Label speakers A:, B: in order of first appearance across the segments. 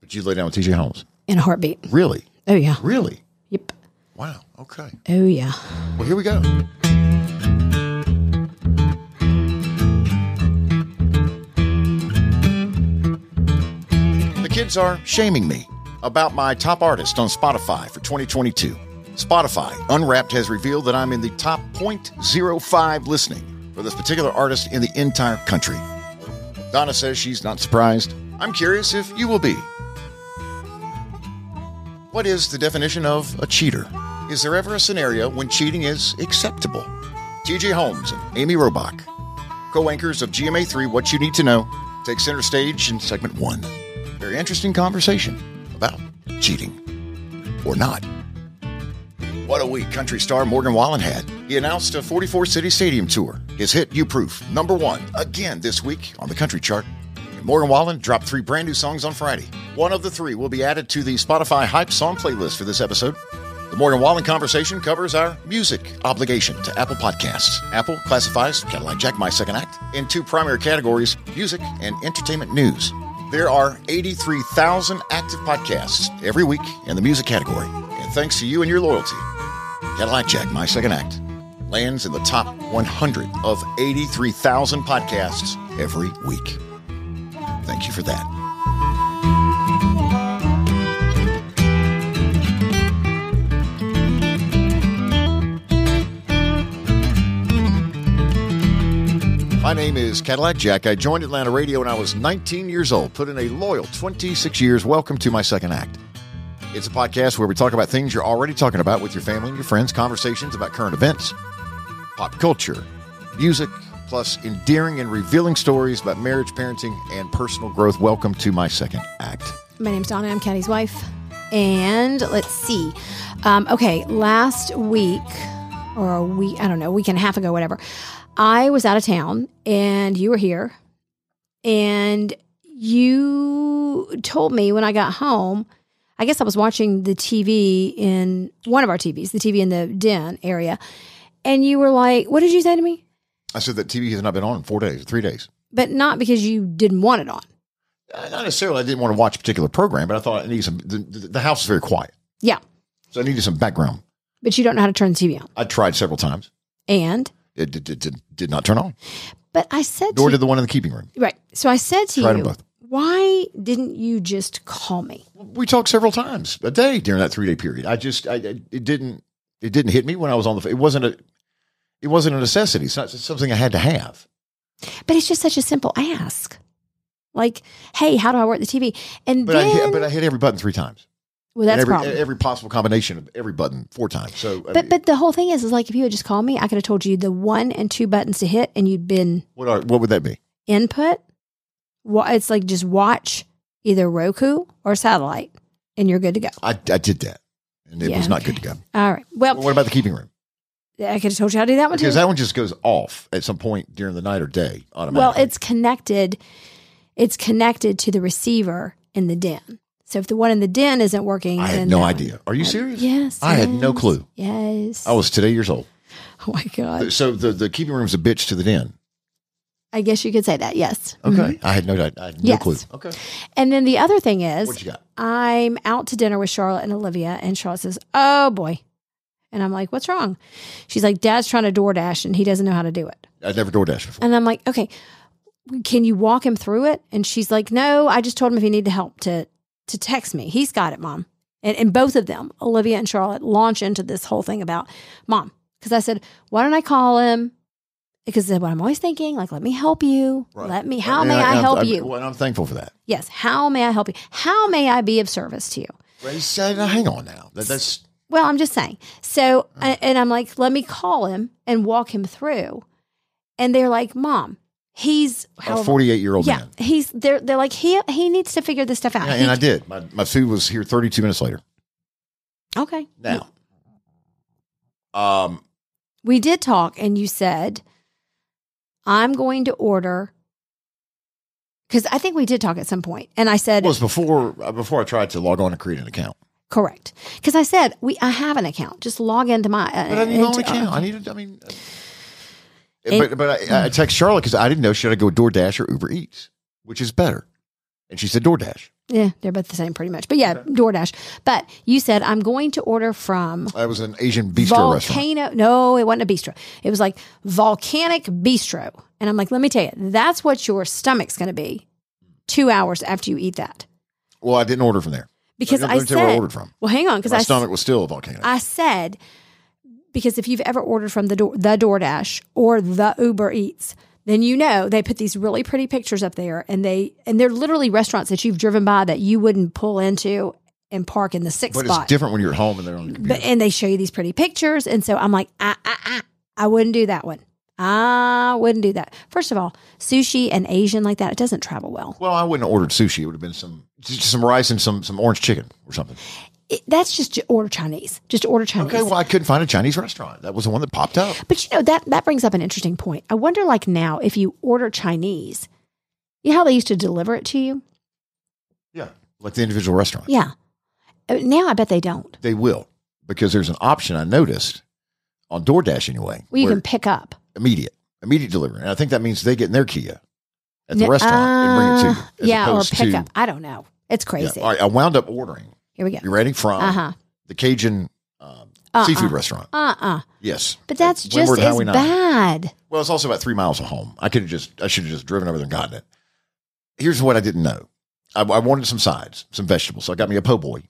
A: But you lay down with TJ Holmes.
B: in a heartbeat.
A: Really?
B: Oh yeah.
A: Really?
B: Yep.
A: Wow. Okay.
B: Oh yeah.
A: Well, here we go. The kids are shaming me about my top artist on Spotify for 2022. Spotify Unwrapped has revealed that I'm in the top 0.05 listening for this particular artist in the entire country. Donna says she's not surprised. I'm curious if you will be. What is the definition of a cheater? Is there ever a scenario when cheating is acceptable? TJ Holmes and Amy Robach, co anchors of GMA3 What You Need to Know, take center stage in segment one. Very interesting conversation about cheating or not. What a week country star Morgan Wallen had. He announced a 44 city stadium tour. His hit, You Proof, number one again this week on the country chart. And Morgan Wallen dropped three brand new songs on Friday. One of the three will be added to the Spotify Hype Song playlist for this episode. The Morgan Wallen conversation covers our music obligation to Apple Podcasts. Apple classifies Cadillac Jack My Second Act in two primary categories music and entertainment news. There are 83,000 active podcasts every week in the music category. And thanks to you and your loyalty, Cadillac Jack My Second Act lands in the top 100 of 83,000 podcasts every week. Thank you for that. My name is Cadillac Jack. I joined Atlanta Radio when I was 19 years old, put in a loyal 26 years. Welcome to my second act. It's a podcast where we talk about things you're already talking about with your family and your friends, conversations about current events, pop culture, music, plus endearing and revealing stories about marriage, parenting, and personal growth. Welcome to my second act.
B: My name's Donna. I'm Caddy's wife. And let's see. Um, okay, last week or a week, I don't know, week and a half ago, whatever, I was out of town and you were here. And you told me when I got home, I guess I was watching the TV in one of our TVs, the TV in the den area. And you were like, what did you say to me?
A: I said that TV has not been on in four days, three days.
B: But not because you didn't want it on.
A: Uh, Not necessarily, I didn't want to watch a particular program, but I thought I needed some. The, the the house is very quiet,
B: Yeah.
A: so I needed some background.
B: But you don't know how to turn the TV on.
A: I tried several times.
B: And,
A: It did, did, did, did not turn on,
B: but I said to
A: nor did the one in the keeping room.
B: Right. So I said to
A: Tried 'em
B: you,
A: both.
B: why didn't you just call me?
A: we talked several times a day during that three day period. I just, I, I- it didn't, it didn't hit me when I was on the. It wasn't a, it wasn't a necessity. It's not it's something I had to have.
B: But it's just such a simple ask. Like, hey, how do I work the TV? And
A: But I,
B: then,
A: hit- but I hit every button three times.
B: well, that's
A: and
B: a
A: every,
B: problem.
A: every possible combination of every button four times. So, I mean,
B: but but the whole thing is, is like if you had just called me, I could have told you the one and two buttons to hit, and you'd been
A: what are what would that be?
B: input. Wa- It's like just watch either Roku or satellite, and you're good to go.
A: I, I did that, and it
B: Yeah,
A: was not
B: okay.
A: good to go.
B: All right.
A: Well,
B: Well,
A: what about the keeping room?
B: I could have told you how to do that one too.
A: Because that one just goes off at some point during the night or day
B: Well,
A: automatically.
B: it's connected. It's connected to the receiver in the den. So if the one in the den isn't working,
A: I had
B: then
A: no
B: that-
A: idea. Are you serious?
B: Uh, Yes,
A: I had no
B: yes,
A: clue.
B: Yes.
A: I was today years old.
B: Oh my god.
A: So the the keeping room's a bitch to the den.
B: I guess you could say that. Yes.
A: Okay,
B: Mhm.
A: I had no doubt. I had no
B: Yes.
A: clue. Okay,
B: And then the other thing is,
A: what you got?
B: I'm out to dinner with Charlotte and Olivia, and Charlotte says, "Oh boy," and I'm like, "What's wrong?" She's like, "Dad's trying to DoorDash, and he doesn't know how to do it."
A: I'd never DoorDash before.
B: And I'm like, okay, can you walk him through it? And she's like, no, I just told him if he needed help to to text me. He's got it, mom. And, and both of them, Olivia and Charlotte, launch into this whole thing about mom. Because I said, why don't I call him? Because that's what I'm always thinking, like, let me help you.
A: Right.
B: Let me, how
A: And
B: may I,
A: I'm-
B: help
A: I'm-
B: you?
A: Well, and I'm thankful for that.
B: yes, how may I help you? How may I be of service to you?
A: Right, so, now, hang on now. That, that's
B: Well, I'm just saying. So,
A: Mm-hmm.
B: a- and I'm like, let me call him and walk him through. And they're like, mom, he's
A: a
B: however
A: 48 year old
B: yeah,
A: man.
B: he's they're they're like he he needs to figure this stuff out.
A: Yeah,
B: He-
A: and I did. My, my food was here 32 minutes later.
B: okay,
A: Now, um,
B: we did talk, and you said, "I'm going to order," because I think we did talk at some point, and I
A: it
B: said,
A: was before uh, before I tried to log on and create an account.
B: "Correct," because I said we I have an account, just log into my. Uh, Hmm.
A: But I need my own
B: into-
A: account. I needed. I mean, uh,
B: And-
A: but but I, I text Charlotte because I didn't know should I go DoorDash or Uber Eats, which is better. And she said DoorDash.
B: Yeah, they're both the same pretty much. But yeah, DoorDash. But you said I'm going to order from
A: That was an Asian bistro restaurant.
B: Volcano. No, it wasn't a bistro. It was like volcanic bistro. And I'm like, let me tell you, that's what your stomach's going to be two hours after you eat that.
A: Well, I didn't order from there.
B: Because
A: Let
B: I
A: me tell you where I
B: said,
A: ordered from.
B: well, hang on, because
A: My
B: I, s-
A: stomach was still a volcano.
B: I said, because if you've ever ordered from the door, the DoorDash or the Uber Eats, then you know they put these really pretty pictures up there, and they and they're literally restaurants that you've driven by that you wouldn't pull into and park in the sixth
A: but
B: spot.
A: it's different when you're at home and they're on the computer.
B: But and they show you these pretty pictures, and so I'm like, ah, ah, ah, I wouldn't do that one. I wouldn't do that. First of all, sushi and Asian like that, it doesn't travel well.
A: well, I wouldn't have ordered sushi. It would have been some just some rice and some some orange chicken or something.
B: It, that's just j- order Chinese. Just order Chinese.
A: Okay, well, I couldn't find a Chinese restaurant. That was the one that popped up.
B: But you know that that brings up an interesting point. I wonder, like now, if you order Chinese, you know how they used to deliver it to you?
A: Yeah, like the individual restaurant.
B: Yeah. Uh, Now I bet they don't.
A: They will because there's an option I noticed on DoorDash anyway.
B: Well, you
A: where
B: can pick up.
A: immediate, immediate delivery, and I think that means they get in their Kia at the
B: N-
A: restaurant and bring it to
B: uh,
A: you. as
B: yeah, or
A: opposed
B: pick
A: to-
B: up. I don't know. It's
A: Yeah.
B: crazy.
A: All right, I wound up ordering.
B: Here we go.
A: You ready from
B: Uh huh.
A: the Cajun um,
B: Uh-uh.
A: seafood restaurant?
B: Uh uh
A: Yes,
B: But that's
A: When we're
B: just as
A: Highway nine.
B: bad.
A: Well, it's also about three miles from home. I could have just, I should have just driven over there and gotten it. Here's what I didn't know. I, I wanted some sides, some vegetables. So I got me a po' boy.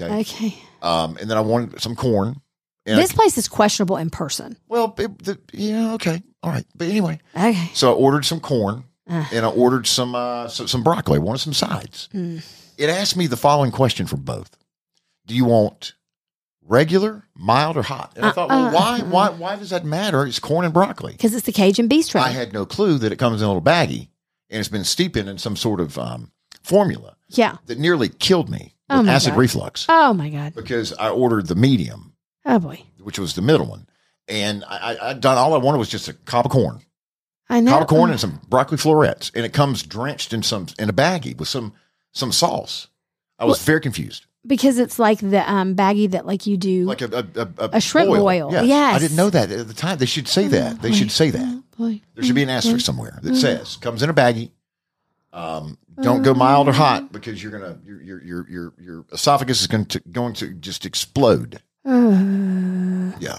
A: Okay.
B: Okay.
A: Um, and then I wanted some corn. And I-
B: This place is questionable in person.
A: well, it, the, yeah, okay, all right. But anyway,
B: Okay.
A: so I ordered some corn
B: Uh.
A: and I ordered some uh, so, some broccoli. I wanted some sides.
B: Mm.
A: It asked me the following question from both: Do you want regular, mild, or hot? And I thought, well,
B: Uh-uh.
A: why, why, why does that matter? It's corn and broccoli.
B: Because it's the Cajun bistro.
A: I had no clue that it comes in a little baggie and it's been steeping in some sort of um, formula
B: yeah.
A: that nearly killed me
B: Oh
A: with
B: my
A: acid
B: God.
A: reflux
B: Oh my God.
A: because I ordered the medium,
B: Oh boy.
A: which was the middle one. And I, I, I done all I wanted was just a cob of corn,
B: I know.
A: cob of corn, and some broccoli florets, and it comes drenched in some in a baggie with some some sauce. I was very confused,
B: Because it's like the um, baggie that like you do.
A: like a a, a,
B: A shrimp boil.
A: Yeah, I
B: Yes.
A: didn't know that at the time. They should say that. They should say that.
B: Oh, boy.
A: There should be an asterisk somewhere that says comes in a baggie. Um, don't go mild or hot because you're gonna your your your your, your esophagus is going to going to just explode.
B: Uh,
A: Yeah.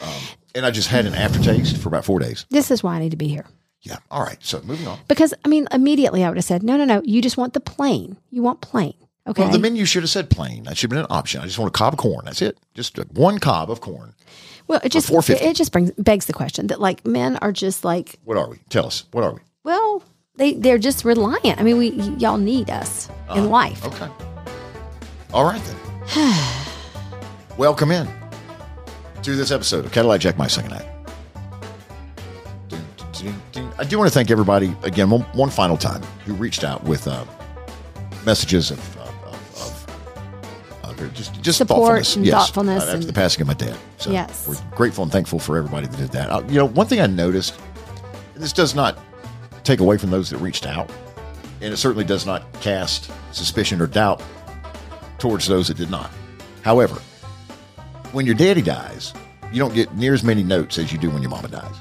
A: Um, and I just had an aftertaste for about four days.
B: this is why I need to be here.
A: Yeah. All right. So moving on.
B: Because I mean, immediately I would have said, no, no, no. You just want the plain. You want plain. Okay.
A: Well, the menu should have said plain. That should have been an option. I just want a cob of corn. That's it. Just one cob of corn.
B: well, it just it,
A: 450.
B: just brings begs the question that like men are just like,
A: What are we? Tell us. What are we?
B: well, they they're just reliant. I mean, we y- y'all need us in life.
A: Uh, Okay. All right then. Welcome in to this episode of Cadillac Jack My Second Act. Ding, ding, ding, ding. I do want to thank everybody again one, one final time who reached out with uh, messages of, of, of, of uh, just just
B: Support
A: thoughtfulness.
B: and
A: yes,
B: thoughtfulness
A: uh, after the
B: and-
A: passing of my dad. So
B: Yes.
A: we're grateful and thankful for everybody that did that. Uh, you know, one thing I noticed, and this does not take away from those that reached out, and it certainly does not cast suspicion or doubt towards those that did not. However, when your daddy dies, you don't get near as many notes as you do when your mama dies.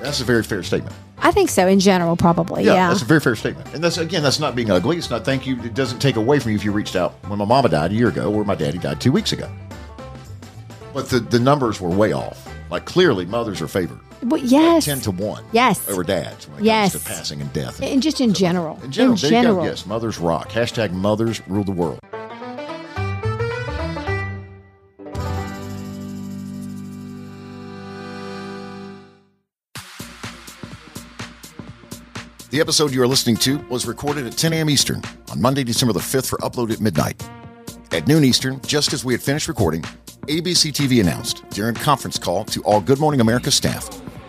A: That's a very fair statement.
B: I think so in general, probably. Yeah.
A: that's a very fair statement. And that's again, that's not being ugly. It's not thank you. It doesn't take away from you if you reached out when my mama died a year ago or my daddy died two weeks ago. But the, the numbers were way off. Like clearly, mothers are favored
B: well, yes.
A: ten to one.
B: Yes.
A: over dads when it
B: Yes.
A: comes to passing and death.
B: and just in general.
A: In general, there you go.
B: general.
A: yes, mothers rock. Hashtag mothers rule the world. The episode you are listening to was recorded at 10 a.m. Eastern on Monday, December the 5th for upload at midnight. At noon Eastern, just as we had finished recording, ABC TV announced during a conference call to all Good Morning America staff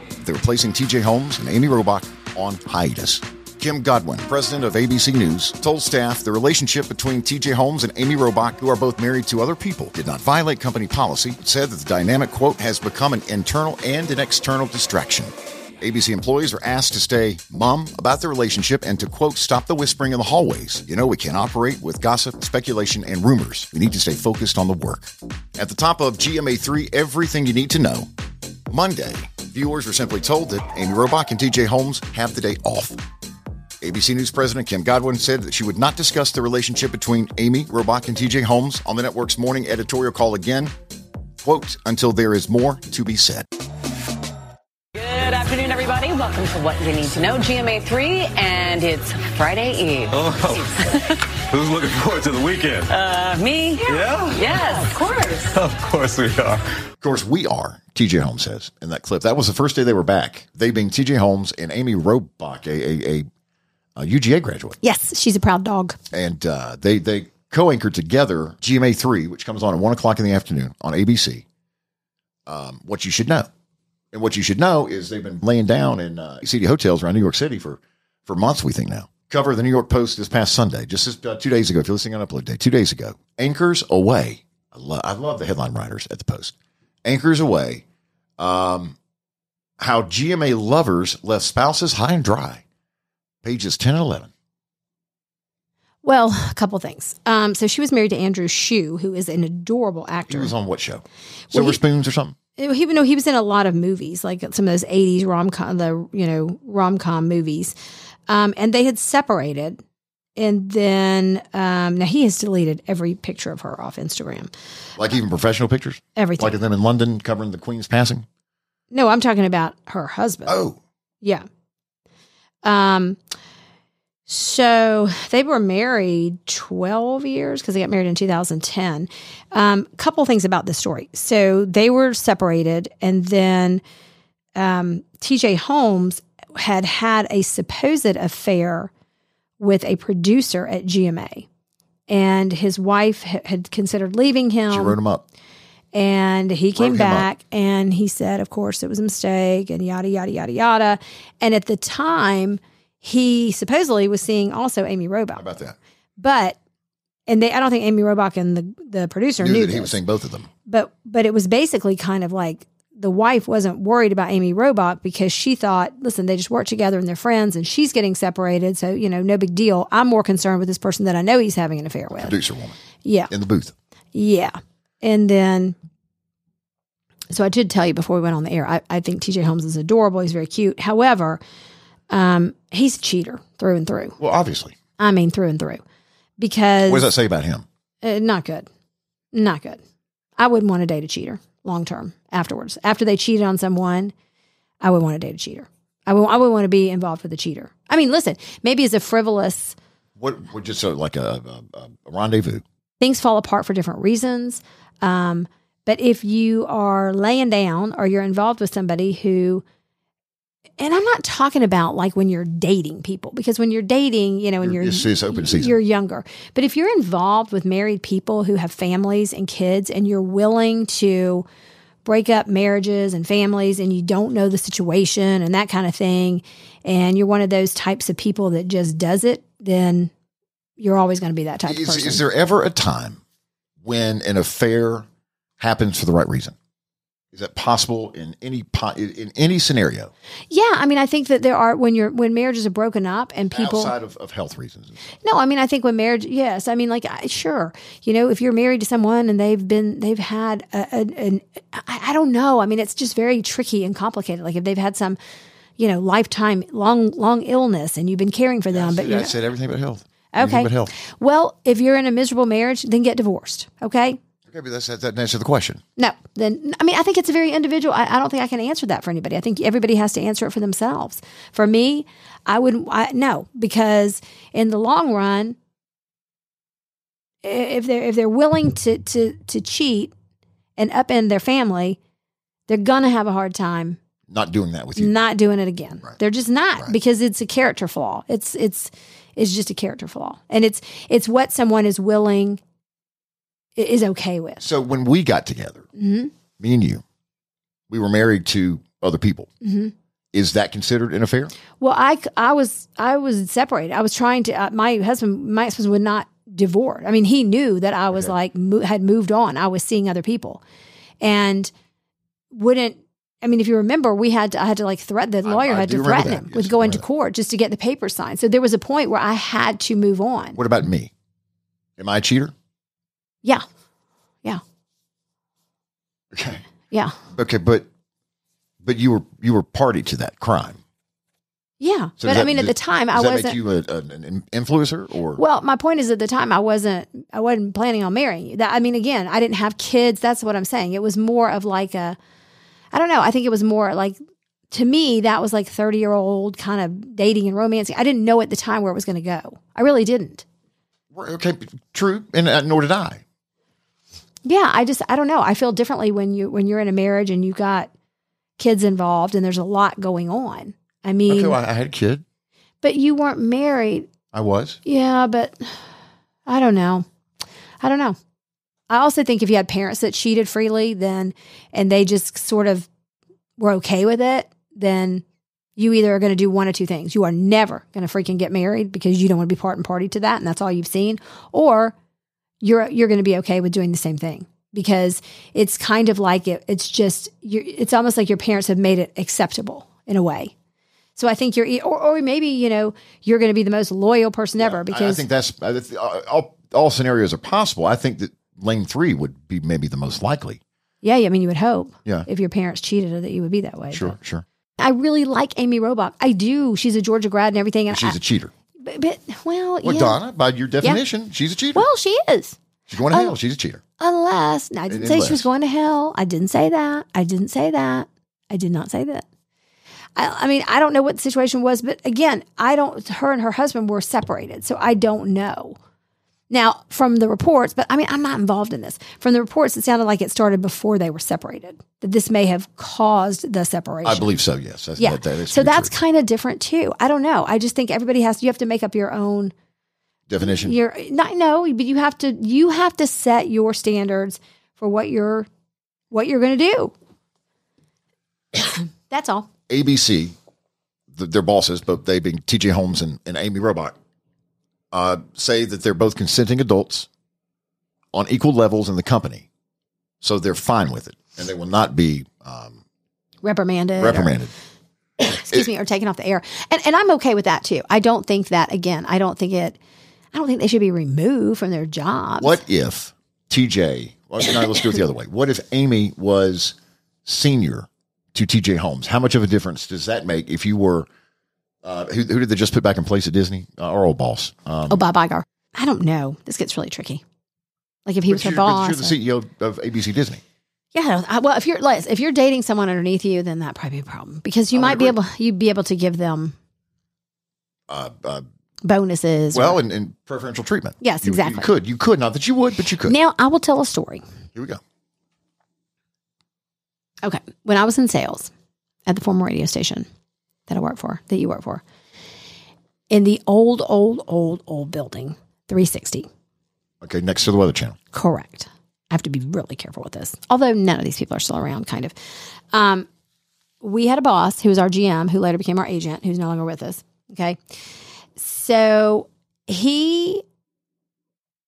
A: that they were placing TJ Holmes and Amy Robach on hiatus. Kim Godwin, president of ABC News, told staff the relationship between TJ Holmes and Amy Robach, who are both married to other people, did not violate company policy, but said that the dynamic, quote, has become an internal and an external distraction. ABC employees are asked to stay mum about their relationship and to, quote, stop the whispering in the hallways. You know, we can't operate with gossip, speculation, and rumors. We need to stay focused on the work. At the top of GMA3, everything you need to know. Monday, viewers were simply told that Amy Robach and TJ Holmes have the day off. ABC News President Kim Godwin said that she would not discuss the relationship between Amy Robach and TJ Holmes on the network's morning editorial call again, quote, until there is more to be said.
C: Good afternoon, everybody. Welcome to What You Need to Know, GMA3, and it's Friday Eve.
D: Who's looking forward to the weekend?
C: Uh, me?
D: Yeah?
C: Yes, of course.
D: Of course we are.
A: Of course, we are, TJ Holmes says in that clip. That was the first day they were back. They being TJ Holmes and Amy Robach, a, a, a, a UGA graduate.
B: Yes, she's a proud dog.
A: and uh, they they co-anchor together GMA three, which comes on at one o'clock in the afternoon on ABC. Um, what you should know, and what you should know is they've been laying down in uh, city hotels around New York City for for months. We think now. Cover of the New York Post this past Sunday, just this, uh, two days ago. If you're listening on upload day, two days ago, anchors away. I love I love the headline writers at the Post. Anchors away. Um, how GMA lovers left spouses high and dry. Pages ten and eleven.
B: Well, a couple things. Um, so she was married to Andrew Shue, who is an adorable
A: He
B: actor.
A: was on what show?
B: Well,
A: Silver
B: he-
A: Spoons or something?
B: Uh, he no, he was in a lot of movies, like some of those '80s rom com, the you know rom com movies, um, and they had separated, and then um, now he has deleted every picture of her off Instagram,
A: Like even professional pictures?
B: everything.
A: Like them in London covering the Queen's passing?
B: no, I'm talking about her husband.
A: Oh,
B: Yeah. Um. So they were married 12 years because they got married in 2010. Um, couple things about this story. So they were separated, and then um, TJ Holmes had had a supposed affair with a producer at GMA, and his wife ha- had considered leaving him
A: she wrote him up.
B: and he
A: him
B: came
A: up.
B: back and he said of course it was a mistake and yada yada yada yada and at the time he supposedly was seeing also amy
A: How
B: robach
A: about that?
B: but and they i don't think amy robach and the, the producer knew,
A: Knew that
B: this,
A: he was seeing both of them.
B: but but it was basically kind of like the wife wasn't worried about amy robach because she thought listen they just work together and they're friends and she's getting separated so you know no big deal i'm more concerned with this person that i know he's having an affair with
A: Producer woman
B: yeah
A: in the booth.
B: yeah. And then, so I did tell you before we went on the air, I, I think TJ Holmes is adorable. He's very cute. However, um, he's a cheater through and through.
A: Well, obviously.
B: I mean, through and through. Because,
A: What does that say about him?
B: Uh, not good. Not good. I wouldn't want to date a cheater long term afterwards. After they cheated on someone, I would want to date a cheater. I would, I would want to be involved with a cheater. I mean, listen, maybe it's a frivolous,
A: What, what just so like a, a, a rendezvous?
B: things fall apart for different reasons. Um, but if you are laying down or you're involved with somebody who, and I'm not talking about like when you're dating people, because when you're dating, you know, when
A: You're-
B: you're,
A: it's- it's open season.
B: you're younger. But if you're involved with married people who have families and kids and you're willing to break up marriages and families and you don't know the situation and that kind of thing, and you're one of those types of people that just does it, then you're always going to be that type of
A: Is,
B: person.
A: is there ever a time when an affair happens for the right reason? Is that possible in any po- in in any scenario
B: Yeah, I mean, I think that there are when you're when marriages are broken up and people.
A: outside of, of health reasons?
B: No, I mean, I think when marriage, yes, I mean, like, I, sure, you know, if you're married to someone and they've been they've had a, a, an I, I don't know, I mean, it's just very tricky and complicated. Like if they've had some, you know, lifetime long long illness and you've been caring for them, but
A: I
B: you're
A: said everything but health.
B: Okay.
A: Everything but health.
B: well, if you're in a miserable marriage, then get divorced. Okay,
A: Okay, but that's, that doesn't answer the question.
B: no, then I mean, I think it's a very individual. I, I don't think I can answer that for anybody. I think everybody has to answer it for themselves. For me, I wouldn't. I, no, because in the long run, i- if they're if they're willing to to to cheat and upend their family, they're gonna have a hard time
A: Not doing that with you.
B: not doing it again.
A: Right.
B: They're just not
A: Right.
B: because it's a character flaw. It's it's it's just a character flaw, and it's it's what someone is willing i- is okay with.
A: So when we got together,
B: hmm
A: me and you, we were married to other people.
B: hmm
A: Is that considered an affair?
B: Well, I, c- I was I was separated. I was trying to. Uh, my husband my husband would not divorce. I mean, he knew that I was
A: Okay.
B: like mo- had moved on. I was seeing other people, and wouldn't. I mean, if you remember, we had to, I had to like threat the
A: I-
B: lawyer
A: I
B: had
A: do
B: to
A: remember
B: threaten
A: that.
B: him
A: Yes,
B: with
A: I
B: going
A: remember
B: to
A: that.
B: court just to get the papers signed. So there was a point where I had to move on.
A: What about me? Am I a cheater?
B: Yeah, yeah,
A: Okay.
B: yeah.
A: Okay, but but you were you were party to that crime.
B: Yeah,
A: So
B: but
A: does that-
B: I mean, at the time, I
A: does that
B: wasn't.
A: make you a, an, an influencer or
B: Well, my point is at the time I wasn't I wasn't planning on marrying you. That I mean again, I didn't have kids. That's what I'm saying. It was more of like a I don't know. I think it was more like to me that was like 30-year-old kind of dating and romancing. I didn't know at the time where it was going to go. I really didn't.
A: okay, true, and uh, nor did I.
B: Yeah, I just I don't know. I feel differently when you when you're in a marriage and you got kids involved and there's a lot going on. I mean,
A: Okay, well, I had a kid.
B: but you weren't married.
A: I was.
B: Yeah, but I don't know. I don't know. I also think if you had parents that cheated freely, then and they just sort of were okay with it, then you either are going to do one of two things. You are never going to freaking get married because you don't want to be part and party to that, and that's all you've seen, or you're you're going to be okay with doing the same thing because it's kind of like it, it's just you it's almost like your parents have made it acceptable in a way. So I think you're, e, or, or maybe you know you're going to be the most loyal person ever
A: I-
B: because
A: I, think that's I th- all. All scenarios are possible. I think that lane three would be maybe the most likely.
B: Yeah, I mean, you would hope.
A: Yeah.
B: If your parents cheated, that you would be that way.
A: Sure, sure.
B: But I really like Amy Robach. I do. She's a Georgia grad and everything. And
A: She's
B: I,
A: a cheater.
B: but, but well,
A: Well,
B: yeah.
A: Donna, by your definition, she's a cheater.
B: Well, oh. she is.
A: she's going to hell. She's a cheater.
B: Unless no, I didn't say she was
A: Unless.
B: going to hell. I didn't say that. I didn't say that. I did not say that. I, I mean, I don't know what the situation was, but again, I don't. Her and her husband were separated, so I don't know. Now, from the reports, but I mean, I'm not involved in this. From the reports, it sounded like it started before they were separated. That this may have caused the separation.
A: I believe so. Yes. That's,
B: Yeah.
A: that- that is
B: so
A: pretty
B: that's
A: true.
B: kind of different too. I don't know. I just think everybody has you have to make up your own
A: definition.
B: your not no, but you have to you have to set your standards for what you're what you're going to do. that's all.
A: ABC, th their bosses, both they being T.J. Holmes and, and Amy Robot, uh, say that they're both consenting adults on equal levels in the company, so they're fine with it, and they will not be um,
B: Reprimanded. or-
A: reprimanded.
B: excuse me, or taken off the air. And and I'm okay with that too. I don't think that again. I don't think it I don't think they should be removed from their jobs.
A: What if T.J. Well, no, let's do it the other way. What if Amy was senior to T.J. Holmes? How much of a difference does that make if you were? Uh, who, who did they just put back in place at Disney? Uh, our old boss. Um,
B: Oh, Bob Iger. I don't know. This gets really tricky. Like if Oh, he was
A: but
B: her
A: you're, but
B: boss.
A: you're
B: or-
A: the CEO of ABC Disney.
B: Yeah, I don't- I, well, if you're like, if you're dating someone underneath you, then that probably be a problem because you
A: I would
B: might be
A: agree.
B: able you'd be able to give them
A: Uh, uh,
B: bonuses. or-
A: well, and, and preferential treatment.
B: Yes,
A: You-
B: exactly.
A: You could, you could, not that you would, but you could.
B: now I will tell a story.
A: Here we go.
B: Okay, when I was in sales at the former radio station that I worked for, that you work for, in the old, old, old, old building, three sixty.
A: Okay, next to the Weather Channel.
B: Correct. I have to be really careful with this. Although none of these people are still around, kind of. Um, we had a boss who was our GM, who later became our agent, who's no longer with us. Okay. So he,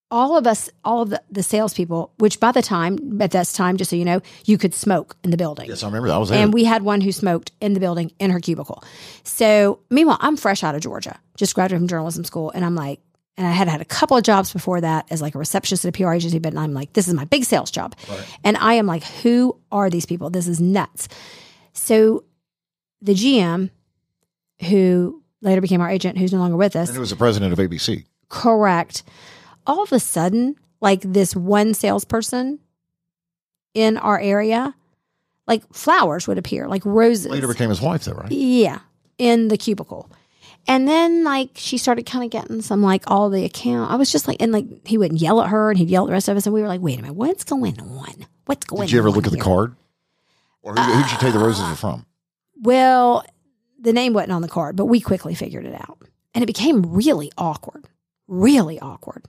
B: all of us, all of the, the salespeople, which by the time, at that time, just so you know, you could smoke in the building.
A: Yes, I remember that. I was there.
B: And we had one who smoked in the building in her cubicle. So meanwhile, I'm fresh out of Georgia, just graduated from journalism school, and I'm like, and I had had a couple of jobs before that as like a receptionist at a PR agency, but I'm like, this is my big sales job, and I am like, who are these people? This is nuts. So the GM, who later became our agent, who's no longer with us,
A: and it was the president of ABC.
B: Correct. All of a sudden, like this one salesperson in our area, like flowers would appear, like roses.
A: Later became his wife, though, right?
B: Yeah, in the cubicle. And then like she started kind of getting some like all the account. I was just like, and like he would yell at her, and he'd yell at the rest of us, and we were like, "Wait a minute, what's going on? What's going?" on
A: Did you ever look at the
B: here?"
A: card? Or who, who did you tell the roses were from?
B: Well, the name wasn't on the card, but we quickly figured it out. And it became really awkward, really awkward.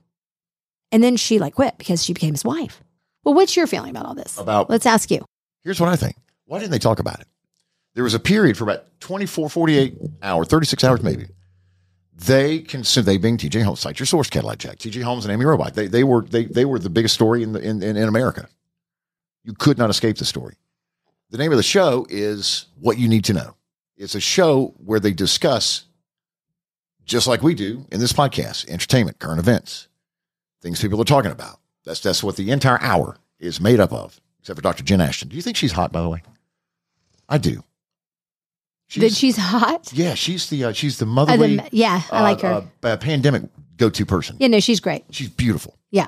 B: And then she like quit because she became his wife. Well, what's your feeling about all this?
A: About-
B: Let's ask you.
A: Here's what I think. Why didn't they talk about it? There was a period for about 24, 48 hours, 36 hours maybe. They consumed, they being TJ Holmes, cite your source, Cadillac Jack, TJ Holmes and Amy Robach. They, they were they, they were the biggest story in, the, in, in, in America. You could not escape the story. The name of the show is What You Need to Know. It's a show where they discuss, just like we do in this podcast, entertainment, current events, things people are talking about. That's that's what the entire hour is made up of, except for Dr. Jen Ashton. Do you think she's hot, by the way? I do.
B: That she's hot.
A: yeah, she's the uh, she's the
B: Uh, the
A: motherly.
B: ma- yeah, I like her.
A: Uh, uh, pandemic go to person.
B: yeah, no, she's great.
A: She's beautiful.
B: Yeah,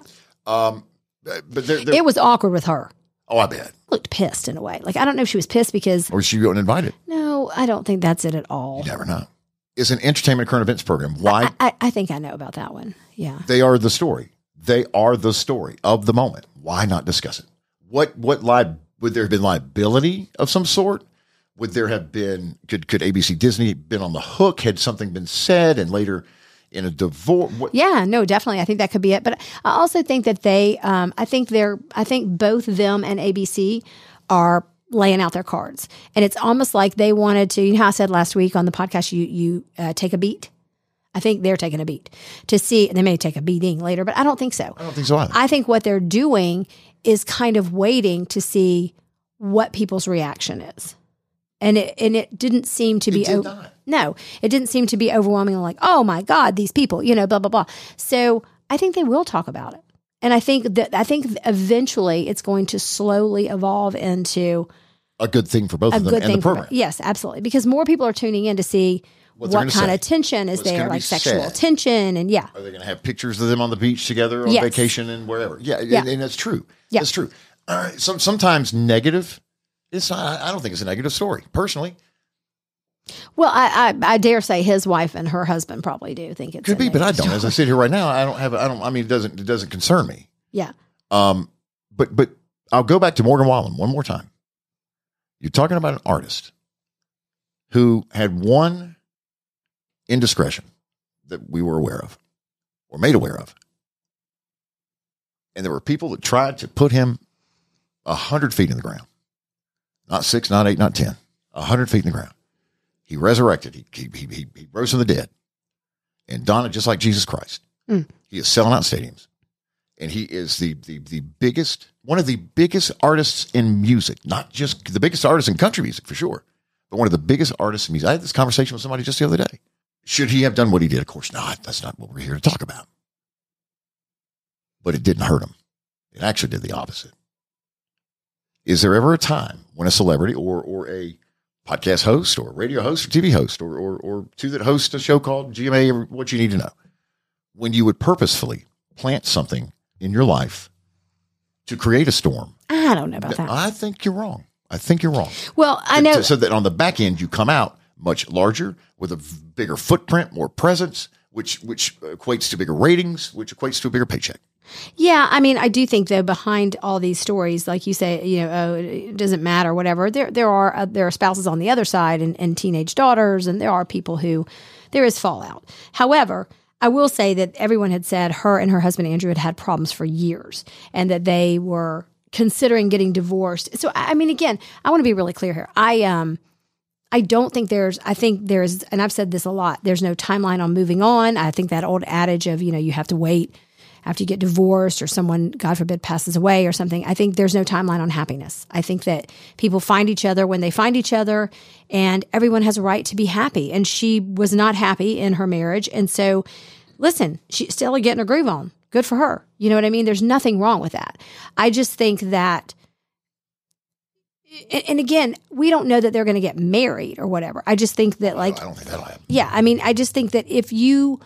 A: Uh, But they're, they're,
B: it was awkward with her.
A: oh, I bet.
B: Looked pissed in a way. Like I don't know if she was pissed because
A: Or she got invited.
B: no, I don't think that's it at all.
A: You never know. It's an entertainment current events program. Why
B: I, I think I know about that one. Yeah,
A: they are the story. They are the story of the moment. Why not discuss it? What what li- would there have been liability of some sort? Would there have been could could ABC Disney been on the hook had something been said and later in a divorce? What,
B: yeah, no, definitely. I think that could be it. But I also think that they, um, I think they're, I think both them and ABC are laying out their cards, and it's almost like they wanted to. You know how I said last week on the podcast, you you uh, take a beat. I think they're taking a beat to see. They may take a beating later, but I don't think so.
A: I don't think so either.
B: I think what they're doing is kind of waiting to see what people's reaction is. And it and it didn't seem to be
A: did
B: o-
A: not.
B: no, it didn't seem to be overwhelming like, oh my God, these people, you know, blah, blah, blah. So I think they will talk about it. And I think that I think eventually it's going to slowly evolve into
A: a good thing for both
B: a
A: of them
B: good
A: and the
B: thing
A: program.
B: For, yes, absolutely. Because more people are tuning in to see
A: What
B: what,
A: they're
B: kind
A: gonna say.
B: of tension is
A: What's
B: there,
A: gonna be
B: like sexual
A: said.
B: tension and yeah.
A: Are they going to have pictures of them on the beach together on
B: Yes.
A: vacation and wherever? Yeah, and-
B: Yeah.
A: And, that's true.
B: Yeah.
A: that's true. Uh, some sometimes negative. It's not. I I don't think it's a negative story personally.
B: Well, I, I I dare say his wife and her husband probably do think it's
A: Could
B: a
A: be, but I
B: negative
A: don't. As I
B: story.
A: sit here right now, I don't have. I don't. I mean, it doesn't. It doesn't concern me.
B: Yeah,
A: Um, but but I'll go back to Morgan Wallen one more time. You're talking about an artist who had one indiscretion that we were aware of, or made aware of, and there were people that tried to put him a hundred feet in the ground, not six, not eight, not ten, a hundred feet in the ground. He resurrected. He he he, he- he rose from the dead, and Donna, just like Jesus Christ,
B: Mm.
A: he is selling out stadiums and he is the, the the biggest one of the biggest artists in music, not just the biggest artist in country music for sure, but one of the biggest artists in music. I had this conversation with somebody just the other day. Should he have done what he did? Of course not. That's not what we're here to talk about. But it didn't hurt him. It actually did the opposite. Is there ever a time when a celebrity or or a podcast host or radio host or TV host or or, or two that host a show called GMA or what you need to know when you would purposefully plant something in your life to create a storm,
B: I don't know about that.
A: I think you're wrong. I think you're wrong.
B: well, I know.
A: So, so that on the back end, you come out much larger with a v- bigger footprint, more presence, which which equates to bigger ratings, which equates to a bigger paycheck.
B: yeah, I mean, I do think though behind all these stories, like you say, you know, oh, it doesn't matter, whatever. There, there are uh, there are spouses on the other side and, and teenage daughters, and there are people who there is fallout. However. I will say that everyone had said her and her husband Andrew had had problems for years, and that they were considering getting divorced. So, I I mean, again, I want to be really clear here. I um, I don't think there's, I think there's, and I've said this a lot, there's no timeline on moving on. I think that old adage of, you know, you have to wait after you get divorced or someone, God forbid, passes away or something. I think there's no timeline on happiness. I think that people find each other when they find each other and everyone has a right to be happy. And she was not happy in her marriage. And so, listen, she's still getting her groove on. Good for her. You know what I mean? There's nothing wrong with that. I just think that and, and again, we don't know that they're going to get married or whatever. I just think that, like,
A: I don't think that'll happen.
B: yeah, I mean, I just think that if you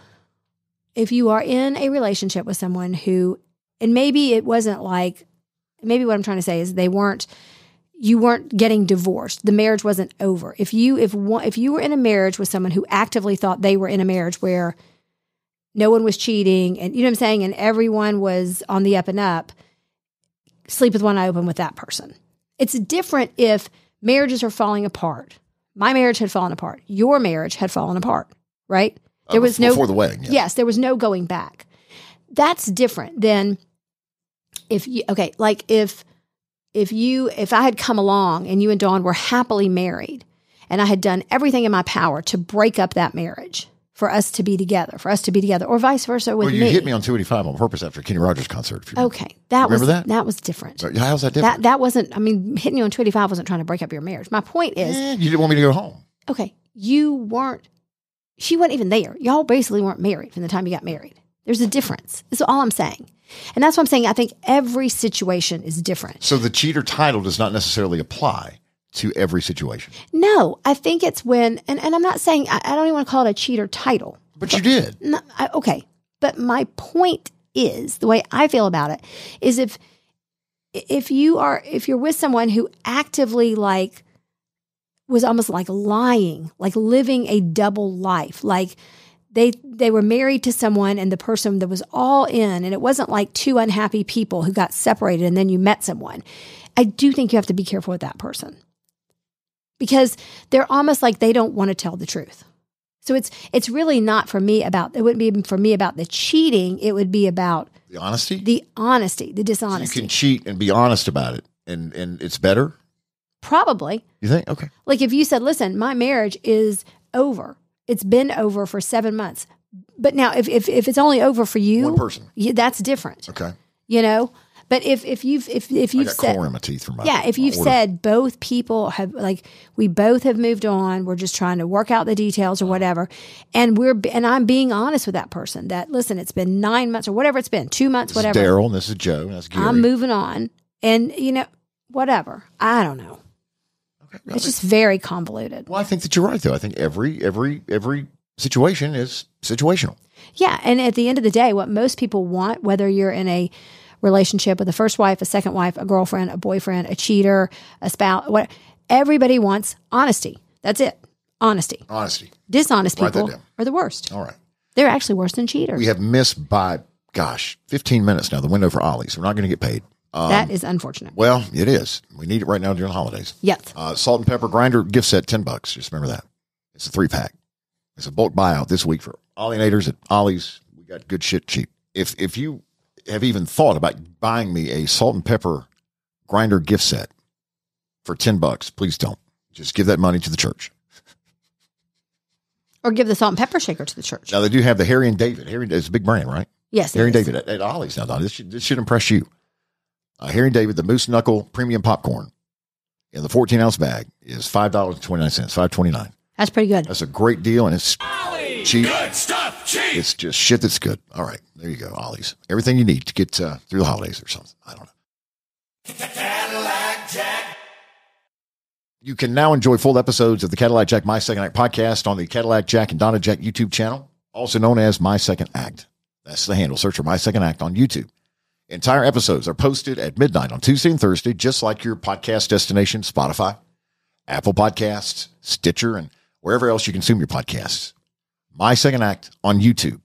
B: if you are in a relationship with someone who, and maybe it wasn't like, maybe what I'm trying to say is they weren't you weren't getting divorced. The marriage wasn't over. If you if one, if you were in a marriage with someone who actively thought they were in a marriage where no one was cheating and you know what I'm saying and everyone was on the up and up, sleep with one eye open with that person. It's different if marriages are falling apart. My marriage had fallen apart. Your marriage had fallen apart, right?
A: Uh, before, before the wedding. Yeah.
B: Yes, there was no going back. That's different than if you okay, like if if you if I had come along and you and Dawn were happily married and I had done everything in my power to break up that marriage for us to be together, for us to be together, or vice versa with
A: Well, you
B: me.
A: hit me on 285 on purpose after a Kenny Rogers concert. If you remember.
B: Okay. That
A: Remember
B: was
A: that?
B: that? was different.
A: So, how's that different?
B: That that wasn't I mean, hitting you on twenty five wasn't trying to break up your marriage. My point is
A: Eh, you didn't want me to go home.
B: okay, you weren't, she wasn't even there. Y'all basically weren't married from the time you got married. There's a difference. That's all I'm saying. And that's what I'm saying. I think every situation is different.
A: So the cheater title does not necessarily apply to every situation.
B: No, I think it's when, and, and I'm not saying, I, I don't even want to call it a cheater title.
A: But you did.
B: No, I, okay. But my point is the way I feel about it is if if you are if you're with someone who actively like was almost like lying, like living a double life, like they they were married to someone and the person that was all in and it wasn't like two unhappy people who got separated and then you met someone. I do think you have to be careful with that person. Because they're almost like they don't want to tell the truth. So it's it's really not for me about it wouldn't be for me about the cheating. It would be about
A: The honesty?
B: the honesty, the
A: you
B: dishonesty.
A: can cheat and be honest about it and, and it's better.
B: Probably.
A: You think? Okay.
B: Like if you said, listen, my marriage is over. It's been over for seven months. But now if if, if it's only over for you
A: One person.
B: you- that's different.
A: Okay.
B: You know? But if if you've if if
A: I
B: you've
A: got
B: said
A: corn in my teeth from my
B: yeah, if
A: my
B: you've
A: order.
B: said both people have like we both have moved on, we're just trying to work out the details or whatever, and we're and I'm being honest with that person that listen, it's been nine months or whatever it's been, two months,
A: This is
B: whatever.
A: Daryl and this is Joe and that's Gary.
B: I'm moving on, and you know whatever. I don't know. It's just very convoluted.
A: Well, I think that you're right though. I think every every every situation is situational.
B: Yeah. And at the end of the day, what most people want, whether you're in a relationship with a first wife, a second wife, a girlfriend, a boyfriend, a cheater, a spouse, what everybody wants honesty. That's it. Honesty.
A: Honesty.
B: Dishonest
A: Write that
B: people
A: down.
B: are the worst.
A: All right.
B: They're actually worse than cheaters.
A: We have missed by gosh, 15 minutes now the window for Ollie's. We're not going to get paid. Uh,
B: that is unfortunate.
A: Well, it is. We need it right now during the holidays.
B: Yes.
A: Uh, salt and pepper grinder gift set, 10 bucks. Just remember that. It's a three pack. It's a bulk buyout this week for Ollinators at Ollie's. We got good shit cheap. If if you have even thought about buying me a salt and pepper grinder gift set for 10 bucks, please don't. Just give that money to the church.
B: Or give the salt and pepper shaker to the church.
A: Now, they do have the Harry and David. Harry and- it's a big brand, right?
B: Yes. it
A: Harry and
B: is.
A: David at, at Ollie's. Now, Don, this should, this should impress you. Uh, Harry and David, the Moose Knuckle Premium Popcorn in the 14 ounce bag is $5.29, five twenty nine.
B: That's pretty good.
A: That's a great deal, and it's cheap. Good stuff, cheap. It's just shit that's good. All right, there you go, Ollie's. Everything you need to get uh, through the holidays or something. I don't know. You can now enjoy full episodes of the Cadillac Jack My Second Act podcast on the Cadillac Jack and Donna Jack YouTube channel, also known as My Second Act. That's the handle. Search for My Second Act on YouTube. Entire episodes are posted at midnight on Tuesday and Thursday, just like your podcast destination, Spotify, Apple Podcasts, Stitcher, and wherever else you consume your podcasts. My Second Act on YouTube.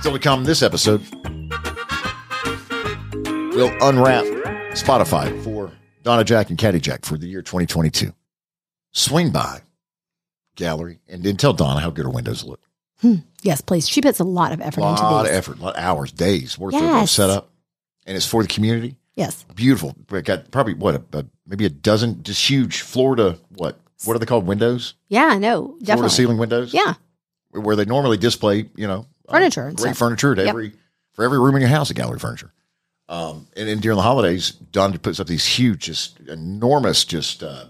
A: Still to come this episode, we'll unwrap Spotify for Donna Jack and Caddy Jack for the year 2022. Swing by gallery and then tell Donna how good her windows look.
B: Yes, please. She puts a lot of effort
A: A lot
B: into
A: of
B: these.
A: effort, a lot of hours, days worth of
B: Yes.
A: setup. And it's for the community.
B: yes.
A: Beautiful. We got probably what, a, a- maybe a dozen, just huge Florida, what? What are they called? Windows?
B: Yeah, I know.
A: Florida
B: Definitely.
A: ceiling windows?
B: Yeah.
A: where they normally display, you know, uh,
B: Furniture and
A: great
B: stuff.
A: furniture at
B: Yep.
A: every for every room in your house, a gallery furniture. Um, and, and during the holidays, Don puts up these huge, just enormous, just uh,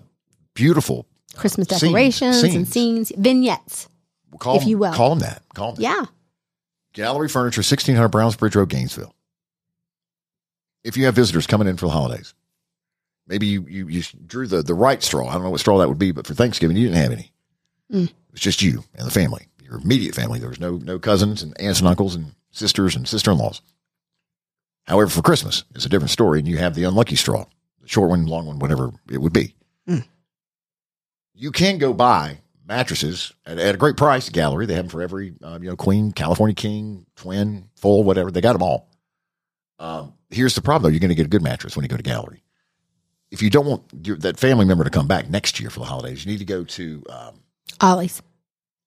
A: beautiful.
B: Christmas
A: Scenes.
B: decorations and
A: Scenes.
B: scenes, vignettes.
A: We'll call
B: If
A: them-
B: you will.
A: call them that. Call them that.
B: Yeah.
A: Gallery furniture, sixteen hundred Browns Bridge Road, Gainesville. If you have visitors coming in for the holidays, maybe you you, you drew the the right straw. I don't know what straw that would be, but for Thanksgiving you didn't have any. It was just you and the family, your immediate family. There was no no cousins and aunts and uncles and sisters and sister in laws. However, for Christmas it's a different story, and you have the unlucky straw, the short one, long one, whatever it would be. You can go buy mattresses at, at a great price. Gallery they have them for every um, you know queen, California king, twin, full, whatever. They got them all. Um, here's the problem: though. You're going to get a good mattress when you go to gallery. If you don't want your, that family member to come back next year for the holidays, you need to go to. Um,
B: Ollie's.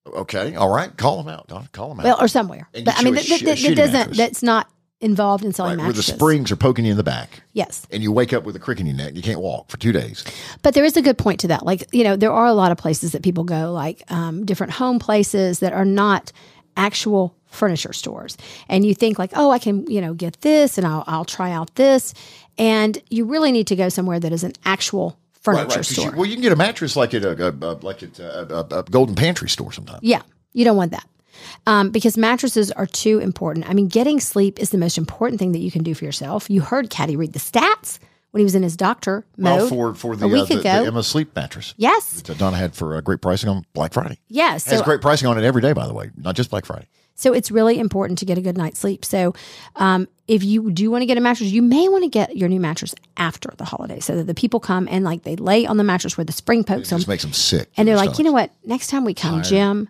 A: okay, all right, call them out, Don. Call them out.
B: Well, or somewhere.
A: And
B: But
A: get
B: I
A: you
B: mean,
A: a
B: that,
A: sh-
B: that,
A: a
B: that
A: shitty
B: doesn't,
A: mattress.
B: that's not involved in selling
A: Right, where the
B: mattresses.
A: springs are poking you in the back,
B: Yes.
A: and you wake up with a crick in your neck, and you can't walk for two days.
B: But there is a good point to that. Like, you know, there are a lot of places that people go, like um, different home places that are not actual furniture stores. And you think, like, oh, I can, you know, get this and I'll, I'll try out this. And you really need to go somewhere that is an actual furniture
A: 'cause you-
B: store.
A: well, you can get a mattress like at a, a, a like at a, a, a Golden Pantry store sometimes.
B: Yeah, you don't want that. Um, because mattresses are too important. I mean, getting sleep is the most important thing that you can do for yourself. You heard Caddy read the stats. What when he was in his doctor mode
A: Well, Oh, for for the,
B: a
A: uh,
B: week
A: the, the
B: ago.
A: Emma sleep mattress
B: yes,
A: that Donna had for uh, great pricing on Black Friday.
B: yes.
A: Has
B: So,
A: great pricing on it every day, by the way, not just Black Friday.
B: so it's really important to get a good night's sleep. So um, if you do want to get a mattress, you may want to get your new mattress after the holiday, so that the people come and like they lay on the mattress where the spring pokes them,
A: Just makes them sick.
B: and
A: in
B: they're
A: their
B: like, you know
A: stomachs.
B: what? Next time we come, Jim,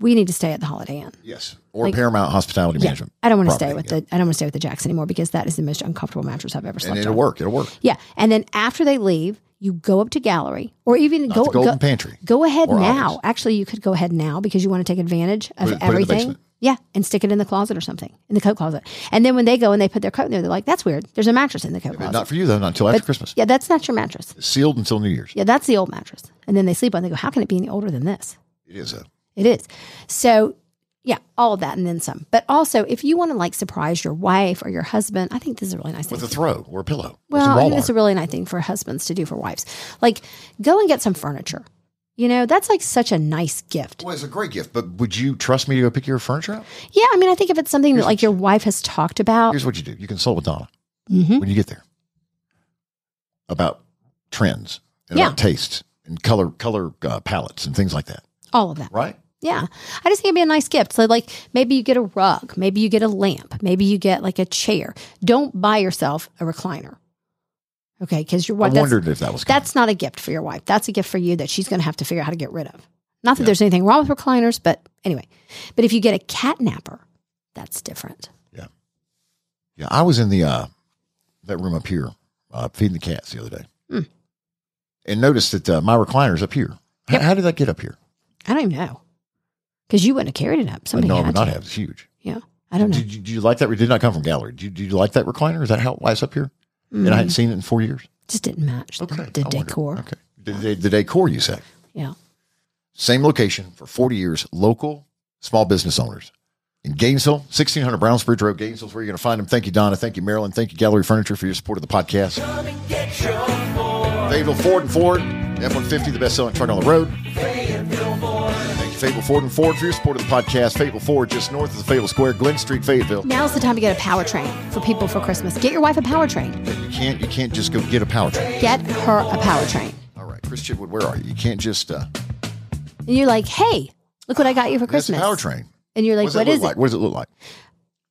B: we need to stay at the Holiday Inn.
A: Yes, or Paramount Hospitality Management.
B: I don't want to
A: property,
B: stay with
A: yeah.
B: the I don't want to stay with the Jacks anymore because that is the most uncomfortable mattress I've ever slept
A: And it'll
B: on.
A: work. It'll work.
B: Yeah, and then after they leave, you go up to gallery or even go
A: the Golden
B: go,
A: Pantry
B: Go ahead
A: or
B: now.
A: Ollie's.
B: Actually, you could go ahead now because you want to take advantage
A: Put it-
B: of
A: put it in the
B: everything.
A: basement.
B: yeah, and stick it in the closet or something in the coat closet. And then when they go and they put their coat in there, they're like, "That's weird. There's a mattress in the coat closet."
A: Not for you though. Not until after Christmas.
B: yeah, that's not your mattress.
A: It's sealed until New Year's.
B: Yeah, that's the old mattress. And then they sleep on. it. They go, "How can it be any older than this?"
A: It is though.
B: It is. So, yeah, all of that and then some. But also, if you want to like surprise your wife or your husband, I think this is a really nice thing.
A: with a throw or a pillow. or some
B: well, I think
A: roll
B: it's a
A: on.
B: really nice thing for husbands to do for wives. Like, go and get some furniture. You know, that's like such a nice gift.
A: Well, it's a great gift, but would you trust me to go pick your furniture up?
B: Yeah, I mean, I think if it's something that like your wife has talked about,
A: Here's what you do: you consult with Donna
B: Mm-hmm.
A: when you get there about trends and
B: Yeah.
A: about tastes and color color uh, palettes and things like that.
B: all of that.
A: Right?
B: Yeah. I just think it'd be a nice gift. So, like, maybe you get a rug, maybe you get a lamp, maybe you get like a chair. Don't buy yourself a recliner. Okay. Cause you're what?
A: I
B: that's-
A: wondered if that was coming.
B: That's not a gift for your wife. That's a gift for you that she's going to have to figure out how to get rid of. Not that there's anything wrong with recliners, but anyway. But if you get a cat napper, that's different.
A: yeah, yeah. I was in the uh, that room up here uh, feeding the cats the other day,
B: Hmm.
A: and noticed that uh, my recliner's up here. H- How did that get up here?
B: I don't even know because you wouldn't have carried it up. Somebody
A: no, I
B: had
A: would not
B: to.
A: have. It's huge.
B: Yeah, I don't know.
A: Did you, did you like that? It did not come from gallery. Did you, did you like that recliner? Is that how it lies up here? And I hadn't seen it in four years.
B: Just didn't match Mm. the- the,
A: I wondered.
B: decor.
A: Okay. The, the, the decor, you say.
B: Yeah,
A: Same location for 40 years, local small business owners. In Gainesville, 1600 Brownsbridge Road, Gainesville's where you're going to find them. Thank you, Donna. Thank you, Marilyn. Thank you, Gallery Furniture, for your support of the podcast. Fayetteville Ford and Ford, F 150, the best selling truck on the road. Thank you, Fayetteville Ford and Ford, for your support of the podcast. Fayetteville Ford, just north of the Fayetteville Square, Glen Street, Fayetteville.
B: now's the time to get a powertrain for people for Christmas. Get your wife a powertrain.
A: You can't, you can't just go get a powertrain.
B: Get her a powertrain.
A: All right, Chris Chitwood, where are you? You can't just uh,
B: And you're like, hey, look what I got you for
A: that's a
B: Christmas.
A: powertrain.
B: And you're like,
A: What's that
B: what
A: look
B: is it?
A: like? What does it look like?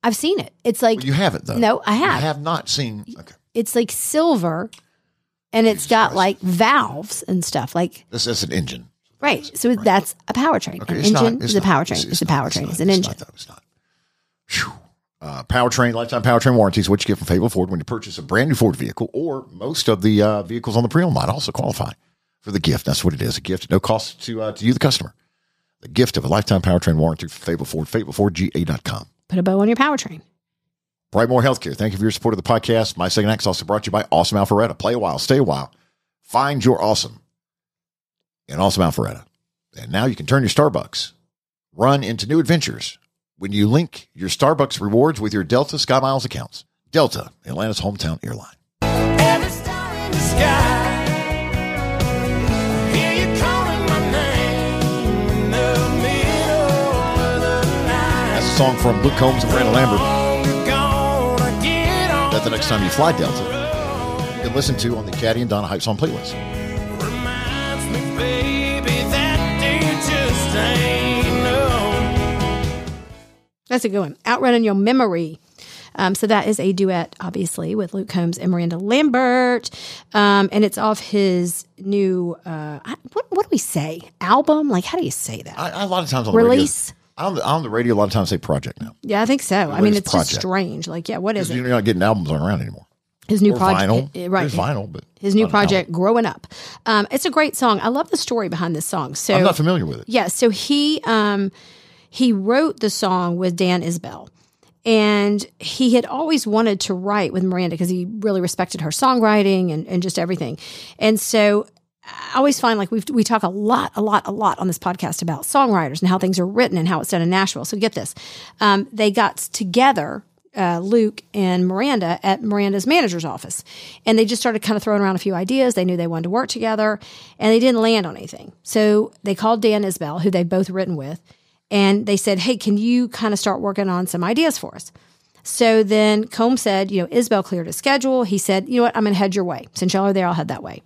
B: I've seen it. It's like
A: Well, you have it though.
B: No, I have.
A: You have not seen. Okay,
B: it's like silver and it's got like valves and stuff like
A: this is an engine.
B: right so that's a powertrain
A: Okay,
B: an
A: it's
B: engine
A: not.
B: is
A: It's
B: a
A: not,
B: powertrain it's, a
A: not,
B: powertrain
A: not,
B: it's, an
A: it's
B: engine
A: Not, though, it's not. Phew. Uh, powertrain lifetime powertrain warranty is what you get from Fable Ford when you purchase a brand new Ford vehicle, or most of the uh, vehicles on the pre-owned lot also qualify for the gift. That's what it is—a gift, at no cost to uh, to you, the customer. The gift of a lifetime powertrain warranty from Fable Ford. FableFordGA.com.
B: put a bow on your powertrain
A: Brightmore Healthcare, thank you for your support of the podcast. My second act is also brought to you by Awesome Alpharetta. Play a while, stay a while, find your awesome in Awesome Alpharetta. And now you can turn your Starbucks, run into new adventures when you link your Starbucks rewards with your Delta Sky Miles accounts. Delta, Atlanta's hometown airline.
E: Every star in the sky. Hear you calling my name in the middle of the night.
A: That's a song from Luke Combs and Brandon Lambert.
E: We're gonna get on
A: That the next time you fly Delta, you can listen to on the Caddy and Donna Hype Song playlist.
E: Reminds me, baby, that there just ain't no
B: that's a good one outrunning your memory um, so that is a duet obviously with luke combs and miranda lambert um, and it's off his new uh, I- what, what do we say album like how do you say that
A: I, I, a lot of times on
B: Release.
A: the radio, on the, on the radio, a lot of times say project now.
B: yeah i think so i mean
A: his
B: it's just
A: project.
B: strange like yeah what is
A: You're
B: it
A: not getting albums on around anymore.
B: his new
A: or
B: project
A: vinyl.
B: eh, eh,
A: There's vinyl, but
B: his new
A: not an album.
B: project growing up um, it's a great song i love the story behind this song so
A: I'm not familiar with it.
B: yeah so he um, he wrote the song with dan isbell and he had always wanted to write with miranda because he really respected her songwriting and, and just everything and so I always find like we we talk a lot, a lot, a lot on this podcast about songwriters and how things are written and how it's done in Nashville. So get this, um, they got together. Uh, Luke and Miranda at Miranda's manager's office. And they just started kind of throwing around a few ideas. They knew they wanted to work together and they didn't land on anything. So they called Dan Isbell, who they've both written with, and they said, Hey, can you kind of start working on some ideas for us? So then Combs said, you know, Isbell cleared his schedule. He said, you know what, I'm going to head your way. Since y'all are there, I'll head that way.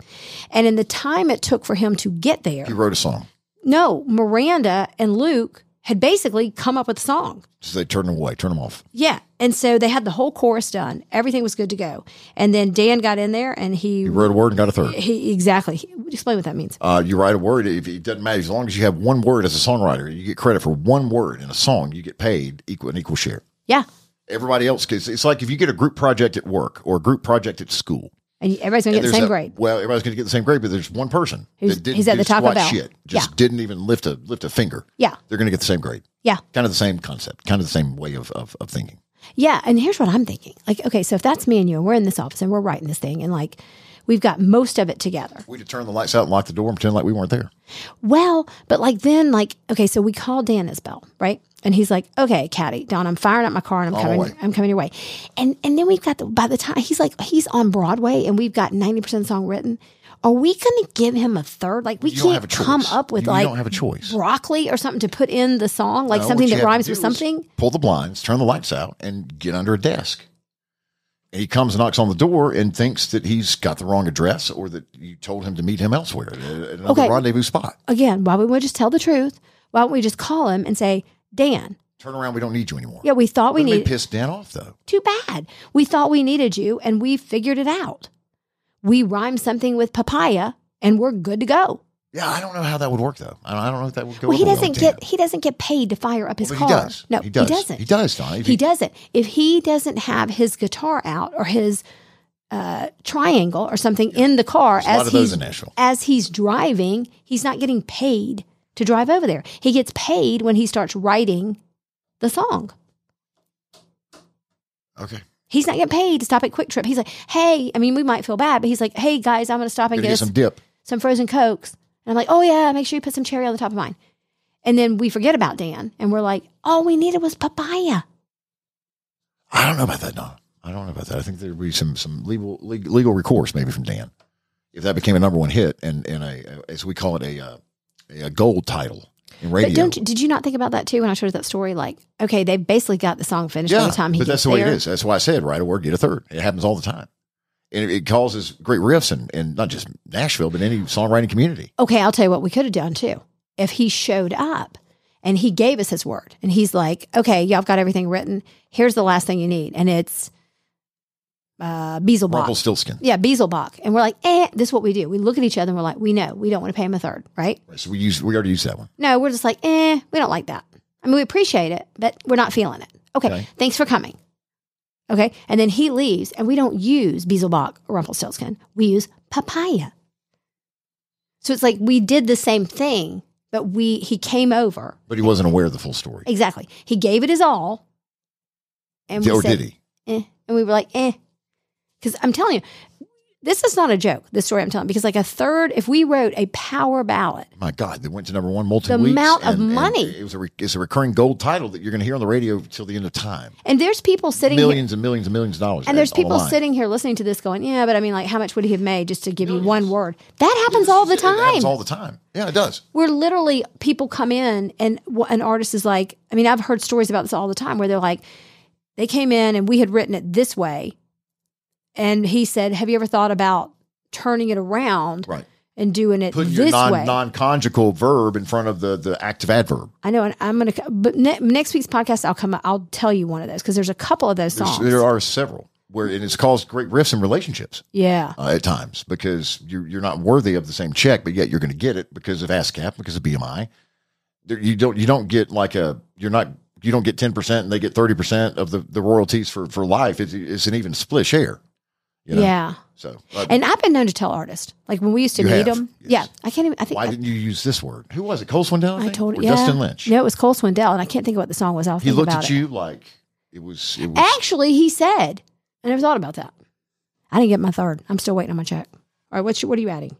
B: And in the time it took for him to get there,
A: He wrote a song.
B: no, Miranda and Luke had basically come up with a song.
A: So they turned him away, turn him off.
B: Yeah. And so they had the whole chorus done. Everything was good to go. And then Dan got in there and he,
A: He wrote a word and got a third.
B: he exactly, he, explain what that means.
A: Uh, you write a word, if it doesn't matter. As long as you have one word as a songwriter, you get credit for one word in a song, you get paid equal an equal share.
B: Yeah.
A: Everybody else, gets it's like if you get a group project at work or a group project at school.
B: And everybody's going to
A: and
B: get the
A: there's
B: same
A: that-
B: grade.
A: Well, everybody's going to get the same grade, but there's one person
B: Who's-
A: that didn't
B: he's at the
A: do
B: Taco
A: squat
B: Bell.
A: shit, just
B: Yeah.
A: didn't even lift a lift a finger.
B: Yeah.
A: they're going to get the same grade.
B: Yeah.
A: Kind of the same concept, kind of the same way of of, of thinking.
B: Yeah. And here's what I'm thinking. Like, okay, so if that's me and you and we're in this office and we're writing this thing and like we've got most of it together.
A: We'd have turned the lights out and locked the door and pretend like we weren't there.
B: Well, but like then, like, okay, so we call Dan Isbell, right? And he's like, okay, Caddy, Don, I'm firing up my car and I'm
A: On my
B: coming,
A: way.
B: I'm coming your way. And and then we've got the, by the time he's like, he's on Broadway and we've got 90% of the song written. Are we going to give him a third? Like, we
A: You don't have
B: can't
A: a
B: come
A: choice.
B: up with
A: You
B: like
A: don't have a choice.
B: broccoli or something to put in the song, like
A: No,
B: something
A: what you
B: that
A: have to
B: rhymes
A: do
B: with
A: is
B: something.
A: Pull the blinds, turn the lights out, and get under a desk. And he comes and knocks on the door and thinks that he's got the wrong address or that you told him to meet him elsewhere at another
B: Okay.
A: rendezvous spot.
B: Again, why wouldn't we just tell the truth? Why don't we just call him and say, Dan,
A: Turn around, we don't need you anymore.
B: yeah, we thought we
A: Would've been
B: needed,
A: pissed Dan off though.
B: too bad. We thought we needed you and we figured it out. We rhymed something with papaya and we're good to go.
A: Yeah, I don't know how that would work though. I don't, I don't know if that would go.
B: Well, he
A: over
B: doesn't
A: with
B: get
A: Dan.
B: he doesn't get paid to fire up his
A: Well, but
B: car.
A: He does.
B: No,
A: he does.
B: not
A: He does, Don. If
B: He doesn't. If he doesn't have his guitar out or his uh, triangle or something in the car
A: There's a lot
B: as
A: of those
B: he's
A: in Nashville.
B: as he's driving, he's not getting paid to drive over there. He gets paid when he starts writing the song.
A: Okay.
B: He's not getting paid to stop at Quick Trip. He's like, hey, I mean, we might feel bad, but he's like, hey guys, I'm going to stop and
A: Gonna
B: get,
A: get
B: us
A: some dip.
B: some frozen cokes. And I'm like, oh yeah, make sure you put some cherry on the top of mine. And then we forget about Dan and we're like, all we needed was papaya.
A: I don't know about that, Don. I don't know about that. I think there'd be some some legal leg- legal recourse maybe from Dan if that became a number one hit and and a as we call it a uh, a gold title in radio.
B: But don't you, did you not think about that too when I showed you that story? Like, okay, they basically got the song finished by the time he
A: but
B: gets
A: that's the way
B: there.
A: it is. That's why I said write a word, get a third. It happens all the time, and it, it causes great rifts and and not just Nashville, but any songwriting community.
B: Okay, I'll tell you what we could have done too. If he showed up and he gave us his word and he's like, okay, y'all have got everything written. Here's the last thing you need. And it's uh, Beelzebub.
A: Rumpelstiltskin.
B: Yeah, Beelzebach. And we're like, eh, this is what we do. We look at each other and we're like, we know, we don't want to pay him a third, right?
A: So we use we already used that one.
B: No, we're just like, eh, we don't like that. I mean, we appreciate it, but we're not feeling it. Okay,
A: Okay.
B: thanks for coming. Okay. And then he leaves and we don't use Beelzebach or Rumpelstiltskin. We use papaya. So it's like we did the same thing, but we he came over.
A: But he wasn't aware of the full story.
B: Exactly. He gave it his all. And we
A: or
B: said,
A: did he?
B: eh. And we were like, eh. Because I'm telling you, this is not a joke, this story I'm telling, because like a third, if we wrote a power ballad,
A: My God, they went to number one multiple.
B: The amount of money.
A: It was a re- it's a recurring gold title that you're going to hear on the radio till the end of time.
B: and there's people sitting here-
A: millions and millions and millions of dollars.
B: And there's
A: on the
B: people
A: line.
B: sitting here listening to this going, yeah, but I mean, like, how much would he have made just to give you one word? That happens all the
A: It happens
B: time.
A: all the time. Yeah, it does.
B: We're literally, people come in and wh- an artist is like, I mean, I've heard stories about this all the time where they're like, they came in and we had written it this way. And he said, have you ever thought about turning it around
A: Right.
B: and doing it
A: Put your
B: this way?
A: non non conjugal verb in front of the the active adverb.
B: I know. And I'm going to, but ne- next week's podcast, I'll come, I'll tell you one of those because there's a couple of those
A: There's,
B: songs.
A: there are several where and it's caused great rifts in relationships
B: yeah.
A: uh, at times because you're you're not worthy of the same check, but yet you're going to get it because of ASCAP, because of BMI. There, you don't you don't get like a you're not you don't get ten percent and they get thirty percent of the, the royalties for for life. It's, it's an even split share. You know?
B: Yeah.
A: So uh,
B: And I've been known to tell artists, like when we used to
A: You
B: meet
A: have,
B: them.
A: yes.
B: Yeah, I can't even. I think
A: why
B: I,
A: didn't you use this word? Who was it? Cole Swindell.
B: I
A: think?
B: told
A: Or
B: yeah.
A: Dustin Lynch.
B: No, it was Cole Swindell, and I can't think of what the song was. I'll
A: He
B: think
A: looked
B: about
A: at
B: it.
A: you like it was. It was
B: Actually, he said, I never thought about that. I didn't get my third. I'm still waiting on my check. All right, what's your, what are you adding?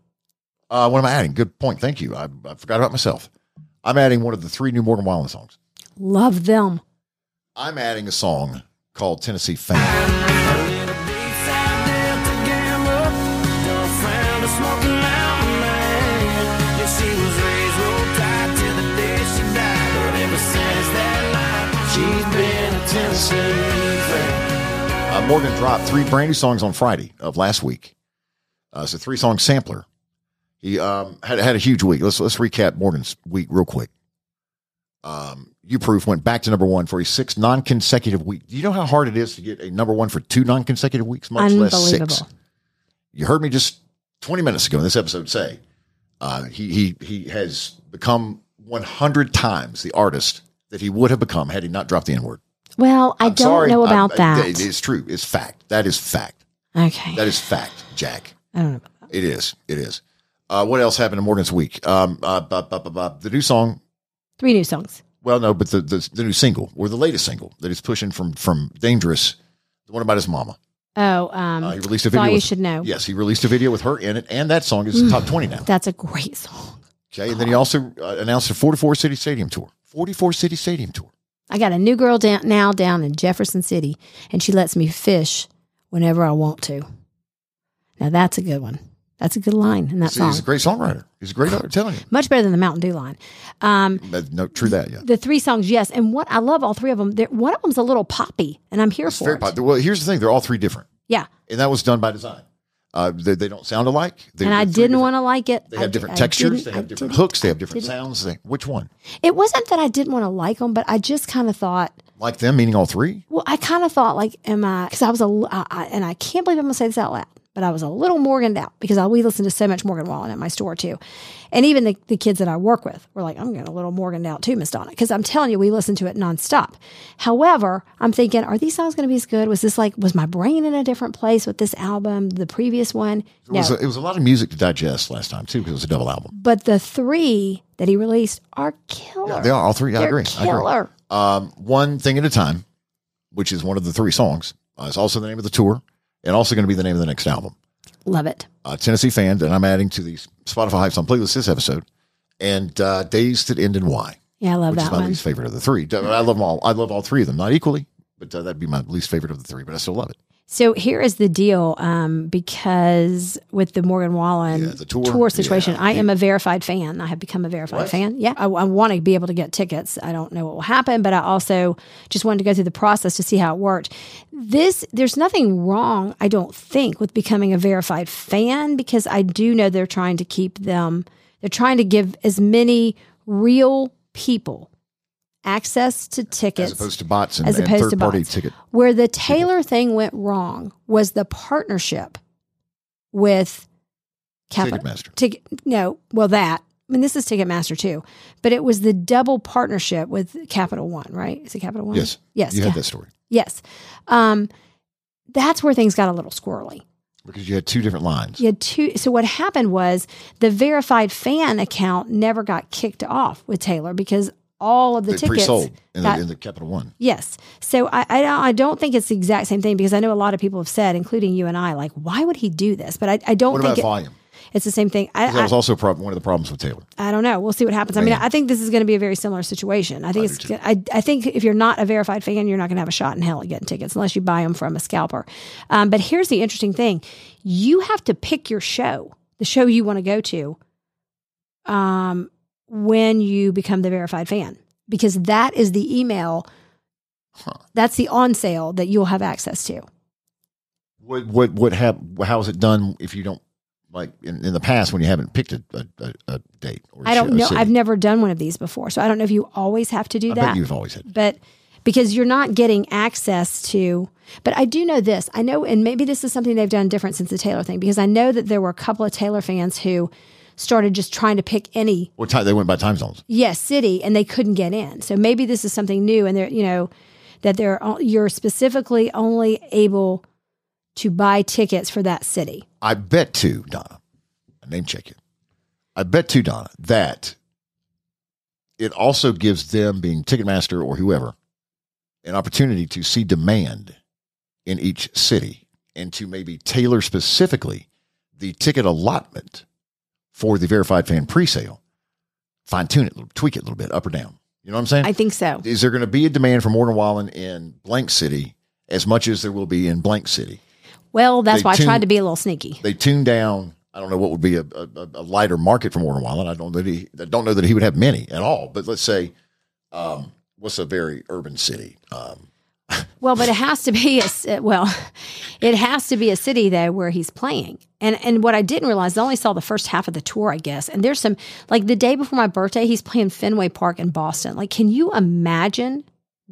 A: uh, what am I adding? Good point. Thank you. I, I forgot about myself. I'm adding one of the three new Morgan Wallen songs.
B: Love them.
A: I'm adding a song called Tennessee Fan.
E: She's been a Tennessee fan.
A: Uh, Morgan dropped three brand new songs on Friday of last week. Uh, it's a three song sampler. He um, had had a huge week. Let's let's recap Morgan's week real quick. Um, you proof went back to number one for a six non consecutive week. Do you know how hard it is to get a number one for two non consecutive weeks, much less six?
B: Unbelievable.
A: You heard me just twenty minutes ago in this episode say uh, he he he has become one hundred times the artist that he would have become had he not dropped the N word.
B: Well, I
A: I'm
B: don't
A: sorry.
B: know
A: I'm-
B: about
A: I-
B: that.
A: It is true. It's fact. That is fact.
B: okay.
A: That is fact, Jack.
B: I don't know about that.
A: It is. It is. Uh, what else happened in Morgan's week? Um, uh, bu- bu- bu- bu- the new song.
B: Three new songs.
A: Well, no, but the, the the new single or the latest single that he's pushing from from Dangerous, the one about his mama.
B: Oh, um,
A: Uh, he released a
B: That's
A: video.
B: all you
A: with-
B: should know.
A: Yes, he released a video with her in it, and that song is in top twenty now.
B: That's a great song.
A: Okay, and then he also uh, announced a forty-four city stadium tour. Forty-four city stadium tour.
B: I got a new girl down, now down in Jefferson City, and she lets me fish whenever I want to. Now that's a good one. That's a good line in that
A: See, he's a
B: song.
A: great songwriter. He's a great artist. Telling you,
B: Much better than the Mountain Dew line. Um,
A: But no, true that. Yeah,
B: the three songs, yes, and what I love all three of them. They're, one of them's a little poppy, and I'm here
A: it's
B: for
A: very
B: it.
A: popular. Well, here's the thing: they're all three different.
B: Yeah,
A: and that was done by design. Uh, they, they don't sound alike. They,
B: and I didn't want to like it.
A: They
B: I
A: have
B: di-
A: different
B: I
A: textures.
B: didn't-
A: They
B: I
A: have different
B: didn't-
A: hooks. They
B: I
A: have different
B: didn't-
A: sounds. They, which one?
B: It wasn't that I didn't want to like them, but I just kind of thought
A: Like them, meaning all three.
B: Well, I kind of thought like, am I? Because I was a, l- I- I- and I can't believe I'm gonna say this out loud, but I was a little Morganed out because I, we listened to so much Morgan Wallen at my store too, and even the, the kids that I work with were like, I'm getting a little Morganed out too, Miss Donna, because I'm telling you, we listened to it nonstop. However, I'm thinking, are these songs gonna be as good? Was this like, was my brain in a different place with this album, the previous one?
A: It, was a, it was a lot of music to digest last time too, because it was a double album.
B: but the three that he released are killer.
A: They are all three. I
B: They're
A: agree. I agree.
B: Killer.
A: Um, one thing at a time, which is one of the three songs. Uh, it's also the name of the tour, and also going to be the name of the next album.
B: Love it.
A: Uh, Tennessee fan that I'm adding to the Spotify Hypes on playlist this episode, and uh, Days That End in Y.
B: Yeah, I love
A: which is
B: that
A: my
B: one.
A: least favorite of the three. I love them all. I love all three of them, not equally, but uh, that'd be my least favorite of the three. But I still love it.
B: So here is the deal, um, because with the Morgan Wallen
A: Yeah, the tour.
B: situation,
A: Yeah.
B: I am a verified fan. I have become a verified fan. Yeah, I, I want to be able to get tickets. I don't know what will happen, but I also just wanted to go through the process to see how it worked. This, there's nothing wrong, I don't think, with becoming a verified fan because I do know they're trying to keep them. They're trying to give as many real people access to tickets
A: As opposed to bots and,
B: as
A: and
B: opposed
A: third
B: to
A: party
B: bots.
A: ticket.
B: Where the Taylor thing went wrong was the partnership with Capital Mm-hmm.
A: Ticketmaster.
B: Ticket, no, well that. I mean, this is Ticketmaster too, but it was the double partnership with Capital One, right? Is it Capital One?
A: Yes.
B: yes,
A: You
B: Cap-
A: had that story
B: yes. Um, that's where things got a little squirrely.
A: because you had two different lines.
B: You had two. So what happened was the verified fan account never got kicked off with Taylor because all of the
A: they
B: tickets
A: pre-sold in,
B: got
A: the, in the Capital One.
B: Yes. So I, I don't- I don't think it's the exact same thing because I know a lot of people have said, including you and I, like why would he do this? But I, I don't
A: What
B: think
A: about
B: it-
A: volume?
B: it's the same thing.
A: 'Cause that
B: I,
A: was also a problem, one of the problems with Taylor.
B: I, I don't know. We'll see what happens. I mean,
A: Man.
B: I think this is going to be a very similar situation. I think it's. go- I, I think if you're not a verified fan, you're not going to have a shot in hell at getting tickets unless you buy them from a scalper. Um, but here's the interesting thing: you have to pick your show, the show you want to go to, um, when you become the verified fan, because that is the email. That's the on sale that you'll have access to.
A: What what what hap- How is it done if you don't like in, in the past when you haven't picked a, a, a, a date? Or
B: I don't
A: a
B: know.
A: city?
B: I've never done one of these before, so I don't know if you always have to do
A: I
B: that.
A: bet you've always had.
B: but because you're not getting access to, but I do know this. I know, and maybe this is something they've done different since the Taylor thing, because I know that there were a couple of Taylor fans who started just trying to pick any
A: What time they went by time zones?
B: yes city and they couldn't get in. So maybe this is something new, and they're you know that they're o- you're specifically only able to buy tickets for that city.
A: I bet too, Donna. I name check you. I bet too, Donna, that it also gives them, being Ticketmaster or whoever, an opportunity to see demand in each city and to maybe tailor specifically the ticket allotment for the verified fan presale. Fine tune it, tweak it a little bit, up or down. You know what I'm saying?
B: I think so.
A: Is there going to be a demand for Morgan Wallen in blank city as much as there will be in blank city?
B: Well, that's
A: They
B: why I
A: tuned-
B: tried to be a little sneaky.
A: they tune down. I don't know what would be a, a, a- a lighter market for Morgan Wallen. I don't know that he, I don't know that he would have many at all. But let's say, um, what's a very urban city? Um,
B: Well, but it has to be a ci- well, it has to be a city though where he's playing. And and what I didn't realize, I only saw the first half of the tour, I guess. And there's some like the day before my birthday, he's playing Fenway Park in Boston. Like, can you imagine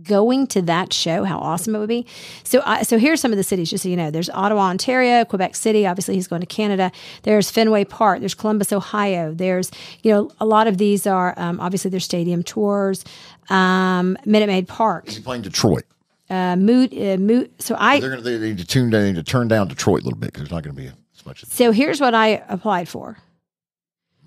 B: going to that show? How awesome it would be. So I, so here's some of the cities, just so you know. There's Ottawa, Ontario, Quebec City. Obviously, he's going to Canada. There's Fenway Park. There's Columbus, Ohio. There's you know a lot of these are um, obviously their stadium tours. Um, Minute Maid Park,
A: He's playing Detroit.
B: uh, Mood, uh, Mood. So I
A: They're gonna they need to tune they need to turn down Detroit a little bit because there's not gonna be as much as
B: So here's what I applied for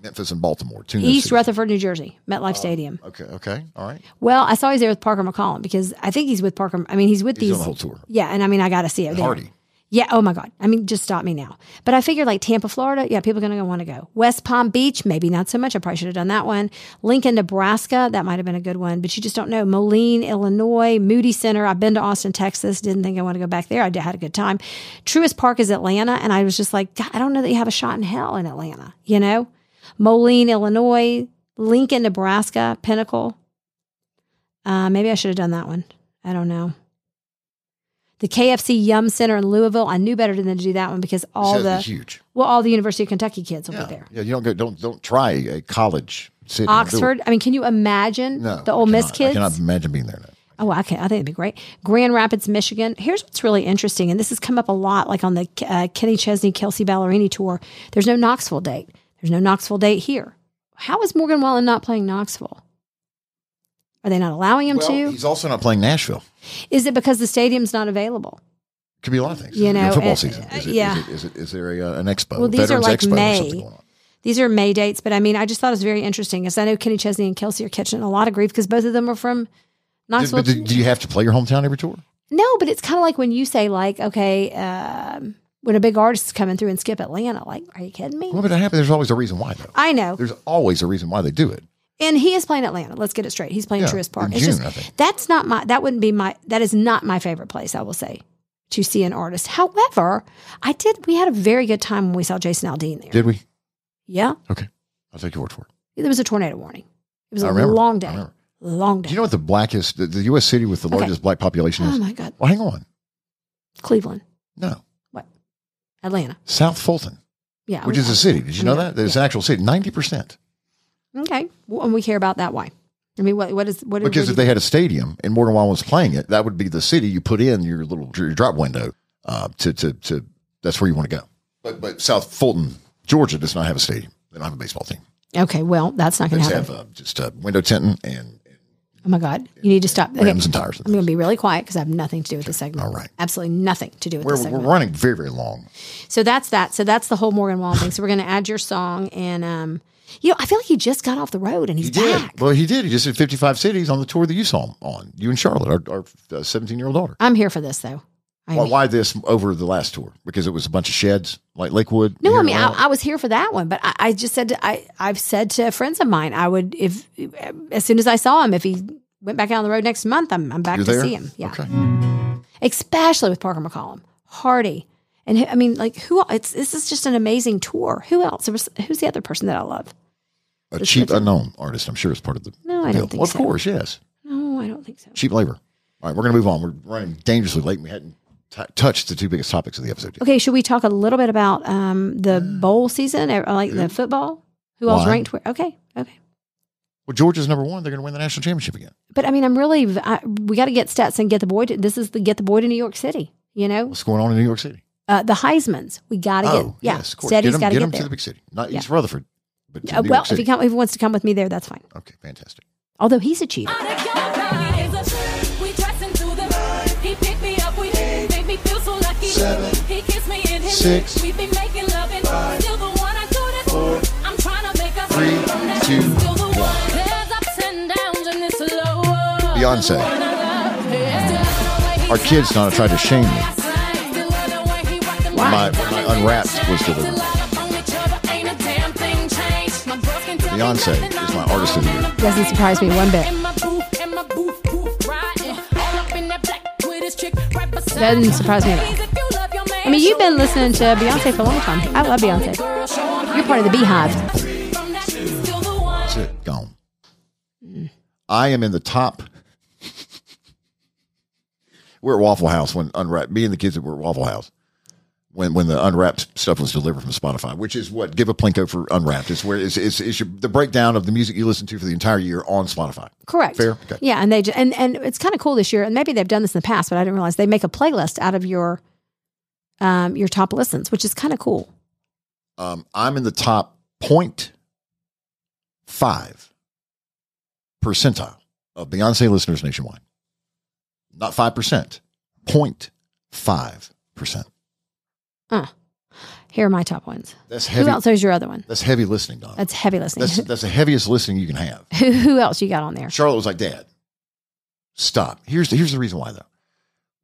A: Memphis and Baltimore. Tune those
B: East
A: cities.
B: Rutherford, New Jersey, MetLife
A: Uh,
B: Stadium.
A: Okay, okay, all right.
B: Well, I saw he's there with Parker McCollum because I think he's with Parker. I mean, he's with
A: He's
B: these.
A: on the whole tour.
B: Yeah. And I mean, I got to see it. there.
A: Hardy.
B: Yeah. Oh my God. I mean, just stop me now. But I figured like Tampa, Florida. Yeah. People are going to want to go. West Palm Beach. Maybe not so much. I probably should have done that one. Lincoln, Nebraska. That might have been a good one, but you just don't know. Moline, Illinois, Moody Center. I've been to Austin, Texas. Didn't think I want to go back there. I did- had a good time. Truist Park is Atlanta. And I was just like, God, I don't know that you have a shot in hell in Atlanta, you know? Moline, Illinois, Lincoln, Nebraska, Pinnacle. Uh, maybe I should have done that one. I don't know. The KFC Yum Center in Louisville. I knew better than to do that one because all
A: This has to be
B: the
A: huge.
B: well, all the University of Kentucky kids will
A: Yeah.
B: be there.
A: yeah, you don't go don't don't try a college city. and do it.
B: Oxford. I mean, can you imagine
A: No,
B: the
A: I
B: Ole Miss
A: cannot- I
B: kids?
A: cannot imagine being there. Now.
B: Oh, I can. I think it'd be great. Grand Rapids, Michigan. Here's what's really interesting, and this has come up a lot, like on the uh, Kenny Chesney, Kelsey Ballerini tour. There's no Knoxville date. There's no Knoxville date here. How is Morgan Wallen not playing Knoxville? Are they not allowing him
A: Well,
B: to?
A: he's also not playing Nashville.
B: Is it because the stadium's not available?
A: Could be a lot of things.
B: You
A: Is it
B: know,
A: football
B: and-
A: season. Is it,
B: yeah.
A: Is, it, is, it, is there a, uh, an expo?
B: Well, these are
A: Veterans
B: like
A: expo
B: May.
A: Or something going on.
B: These are May dates, but I mean, I just thought it was very interesting because I know Kenny Chesney and Kelsey are catching a lot of grief because both of them are from
A: Did,
B: Knoxville.
A: but did, do you have to play your hometown every tour?
B: No, but it's kind of like when you say, like, okay, um, when a big artist is coming through and skip Atlanta, like, are you kidding me?
A: Well, but that happens. There's always a reason why, though.
B: I know.
A: There's always a reason why they do it.
B: And he is playing Atlanta. Let's get it straight. He's playing
A: Yeah,
B: Truist Park.
A: in
B: It's
A: June,
B: just
A: I think.
B: that's not my that wouldn't be my that is not my favorite place, I will say, to see an artist. However, I did we had a very good time when we saw Jason Aldean there.
A: Did we?
B: yeah.
A: Okay, I'll take your word for it.
B: There was a tornado warning. It was
A: I
B: a
A: remember.
B: long
A: I
B: day.
A: remember.
B: Long day.
A: Do you know what the blackest, the, the U.S. city with the
B: Okay.
A: largest black population is?
B: oh my God.
A: Well, hang on.
B: Cleveland.
A: No,
B: What? Atlanta.
A: South Fulton,
B: Oh, Yeah.
A: which
B: we-
A: is a city. Did you
B: I
A: know
B: know.
A: that? There's an actual city. Ninety percent.
B: Okay. Well, and we care about that. Why? I mean, what what is what what
A: Because
B: do
A: if
B: you-
A: they had a stadium and Morgan Wallen was playing it, that would be the city you put in your little your drop window uh, to, to, to, that's where you want to go. But, but South Fulton, Georgia does not have a stadium. They don't have a baseball team.
B: Okay, well, that's not
A: They
B: going to
A: just
B: happen.
A: have uh, just uh, window tinting and
B: Oh my God. You need to stop. Okay.
A: rims and tires.
B: I'm going to be really quiet because I have nothing to do with this segment.
A: All right.
B: Absolutely nothing to do with
A: We're,
B: this
A: we're
B: segment.
A: running very, very long.
B: So that's that. So that's the whole Morgan Wallen thing. So we're going to add your song. And, um, you know, I feel like he just got off the road and he's
A: He did.
B: back.
A: Well, he did. He just did 55 cities on the tour that you saw him on. You and Charlotte, our- our 17 year old daughter.
B: I'm here for this, though. I
A: Why,
B: am.
A: why this over the last tour? Because it was a bunch of sheds like Lakewood.
B: No,
A: here
B: I mean
A: around.
B: I, I was here for that one, but I, I just said to, I I've said to friends of mine I would if as soon as I saw him if he went back out on the road next month I'm I'm back
A: You're
B: to
A: there?
B: see him yeah
A: Okay.
B: especially with Parker McCollum Hardy and who- I mean like who it's this is just an amazing tour who else there was who's the other person that I love
A: A
B: Just
A: cheap
B: looking.
A: unknown artist, I'm sure, is part of the.
B: No, I
A: deal.
B: don't think
A: Well, of
B: so.
A: course, yes.
B: no I don't think so
A: Cheap labor. All right, we're going to move on. We're running dangerously late. and We hadn't t- touched the two biggest topics of the episode. yet.
B: okay should we talk a little bit about um the bowl season or like the football who else
A: Mm. Why?
B: ranked where okay okay
A: Well, Georgia's number one. They're going to win the national championship again.
B: but I mean I'm really I, we got to get stats and get the boy to, this is the get the boy to New York City you know
A: What's going on in New York City?
B: uh, the Heisman's. We got to
A: oh,
B: get, yeah,
A: yes, of course.
B: Steady's
A: get
B: got
A: them, get
B: to get
A: them
B: there.
A: to the big city, not
B: Yeah.
A: East Rutherford, but to
B: Uh,
A: New
B: well,
A: York
B: if
A: City.
B: he, come, if he wants to come with me there, that's fine.
A: okay, fantastic.
B: Although he's a cheater.
F: We dress into the He picked me up, we made me feel so lucky. He kissed me in his
A: six,
F: We been making love and still the one I do this. I'm trying to make us
A: three,
F: from that.
A: two,
F: Still the one. There's ups and downs in this low world.
A: Beyonce.
F: Beyonce.
A: Our kids now try to shame me.
F: My,
A: When my Unwrapped was delivered.
F: Beyonce is my artist of the year.
B: Doesn't surprise me one bit.
F: Doesn't surprise me at all. I mean, you've been listening to Beyonce for a long time. I love Beyonce.
B: You're part of the Beehive.
A: That's it. Gone. I am in the top. we were at Waffle House when unwrapped. Me and the kids that were at Waffle House when when the unwrapped stuff was delivered from Spotify, which is what give a plinko for unwrapped. It's where it's it's, it's your, the breakdown of the music you listen to for the entire year on Spotify.
B: Correct.
A: Fair. Okay.
B: Yeah, and they ju- and and it's kind of cool this year, and maybe they've done this in the past, but I didn't realize they make a playlist out of your um your top listens, which is kind of cool.
A: Um, I'm in the top point five percentile of Beyonce listeners nationwide. Not five percent, point five percent.
B: Here are my top ones.
A: That's heavy.
B: Who else is your other one?
A: That's heavy listening, Don.
B: That's heavy listening.
A: That's that's the heaviest listening you can have.
B: who, who else you got on there?
A: Charlotte was like, Dad, stop. Here's the, here's the reason why though.